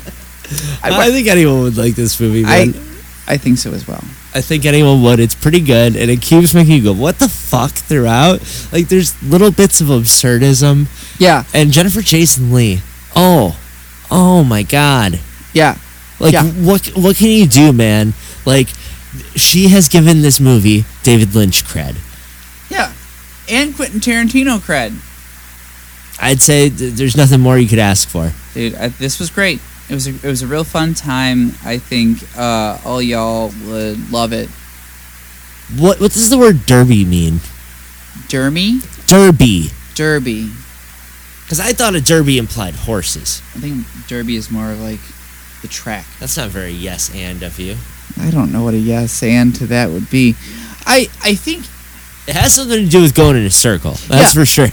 [SPEAKER 3] I,
[SPEAKER 2] I,
[SPEAKER 3] think anyone would like this movie.
[SPEAKER 2] I,
[SPEAKER 3] Man.
[SPEAKER 2] I think so as well.
[SPEAKER 3] I, think anyone would. It's pretty good, and it keeps making you go, "What the fuck?" Throughout, like there's little bits of absurdism,
[SPEAKER 2] Yeah,
[SPEAKER 3] and Jennifer Jason Lee. Oh, oh my god!
[SPEAKER 2] yeah.
[SPEAKER 3] Like
[SPEAKER 2] Yeah.
[SPEAKER 3] what? What can you do, man? Like she has given this movie David Lynch cred.
[SPEAKER 2] Yeah. And Quentin Tarantino cred.
[SPEAKER 3] I'd say th- there's nothing more you could ask for.
[SPEAKER 2] dude I, this was great it was a, it was a real fun time i think uh, all y'all would love it
[SPEAKER 3] What? What does the word derby mean?
[SPEAKER 2] dermy
[SPEAKER 3] Derby.
[SPEAKER 2] derby
[SPEAKER 3] Because I thought a derby implied horses.
[SPEAKER 2] i think derby is more of like the track
[SPEAKER 3] That's not very yes and of you.
[SPEAKER 2] i don't know what a yes and to that would be i i think
[SPEAKER 3] It has something to do with going in a circle. That's
[SPEAKER 2] Yeah.
[SPEAKER 3] for sure.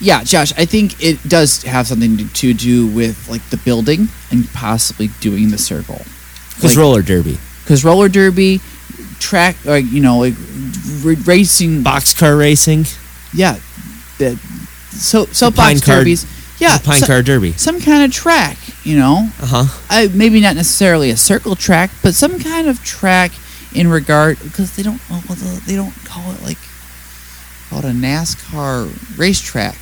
[SPEAKER 2] yeah josh i think it does have something to, to do with like the building and possibly doing the circle
[SPEAKER 3] Because
[SPEAKER 2] Like-
[SPEAKER 3] roller derby,
[SPEAKER 2] because roller derby track like you know like r- racing
[SPEAKER 3] boxcar racing,
[SPEAKER 2] yeah the, so so
[SPEAKER 3] pine
[SPEAKER 2] box
[SPEAKER 3] card-
[SPEAKER 2] derbies yeah
[SPEAKER 3] pine
[SPEAKER 2] so-
[SPEAKER 3] car derby.
[SPEAKER 2] some kind of track, you know,
[SPEAKER 3] Uh huh.
[SPEAKER 2] I, maybe not necessarily a circle track, but some kind of track in regard because they don't oh, well, the- they don't call it like call it a NASCAR racetrack.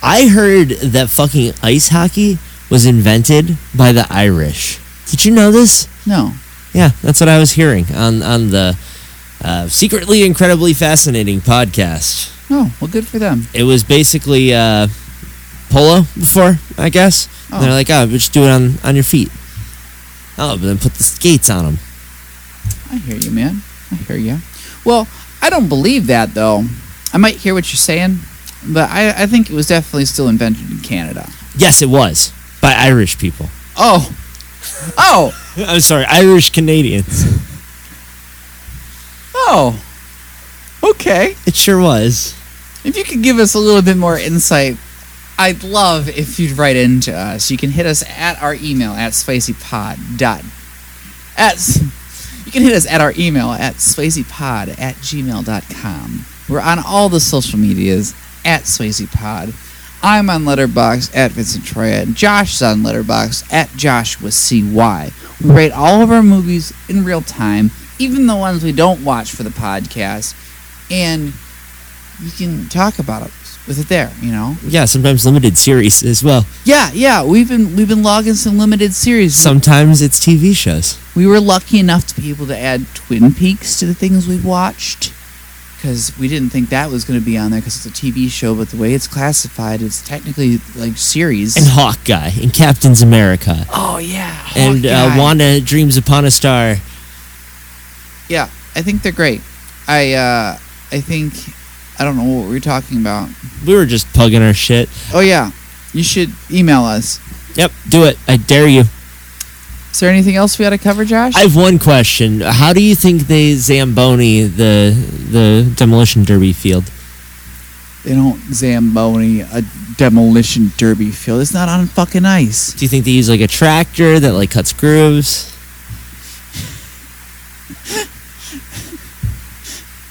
[SPEAKER 3] I heard that fucking ice hockey was invented by the Irish. Did you know this?
[SPEAKER 2] No,
[SPEAKER 3] Yeah, that's what I was hearing on on the uh, secretly incredibly fascinating podcast.
[SPEAKER 2] oh well, good for them.
[SPEAKER 3] It was basically uh, polo before, I guess.
[SPEAKER 2] Oh.
[SPEAKER 3] They're like, oh, just do it on on your feet. Oh, but then put the skates on them.
[SPEAKER 2] I hear you, man. I hear you. Well, I don't believe that though. I might hear what you're saying, but I, I think it was definitely still invented in Canada.
[SPEAKER 3] Yes, it was by Irish people.
[SPEAKER 2] Oh, oh.
[SPEAKER 3] Uh, I'm sorry, Irish Canadians.
[SPEAKER 2] Oh, okay.
[SPEAKER 3] It sure was.
[SPEAKER 2] If you could give us a little bit more insight, I'd love if you'd write into us. You can hit us at our email at spicypod dot at you can hit us at our email at spicypod at gmail.com. We're on all the social medias at spicypod. I'm on Letterbox at Vincent Troya. Josh's on Letterbox at Josh with CY. We rate all of our movies in real time, even the ones we don't watch for the podcast, and you can talk about it with it there, you know?
[SPEAKER 3] Yeah, sometimes limited series as well.
[SPEAKER 2] Yeah, yeah. We've been we've been logging some limited series.
[SPEAKER 3] Sometimes it's TV shows.
[SPEAKER 2] we were lucky enough to be able to add Twin Peaks to the things we've watched because we didn't think that was going to be on there because it's a TV show, but the way it's classified, it's technically like series.
[SPEAKER 3] And Hawkeye and Captain's America.
[SPEAKER 2] oh yeah,
[SPEAKER 3] And uh,
[SPEAKER 2] Hawkeye.
[SPEAKER 3] Wanda Dreams Upon a Star.
[SPEAKER 2] Yeah, I think they're great. I uh, I think I don't know what we were talking about.
[SPEAKER 3] We were just pugging our shit.
[SPEAKER 2] Oh yeah, you should email us.
[SPEAKER 3] Yep, do it. I dare you.
[SPEAKER 2] Is there anything else we ought to cover, Josh?
[SPEAKER 3] I have one question. How do you think they zamboni the the demolition derby field?
[SPEAKER 2] they don't zamboni a demolition derby field. It's not on fucking ice.
[SPEAKER 3] Do you think they use like a tractor that like cuts grooves?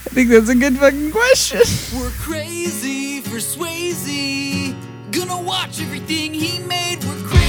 [SPEAKER 2] I think that's a good fucking question.
[SPEAKER 1] We're crazy for Swayze. Gonna watch everything he made. We're crazy.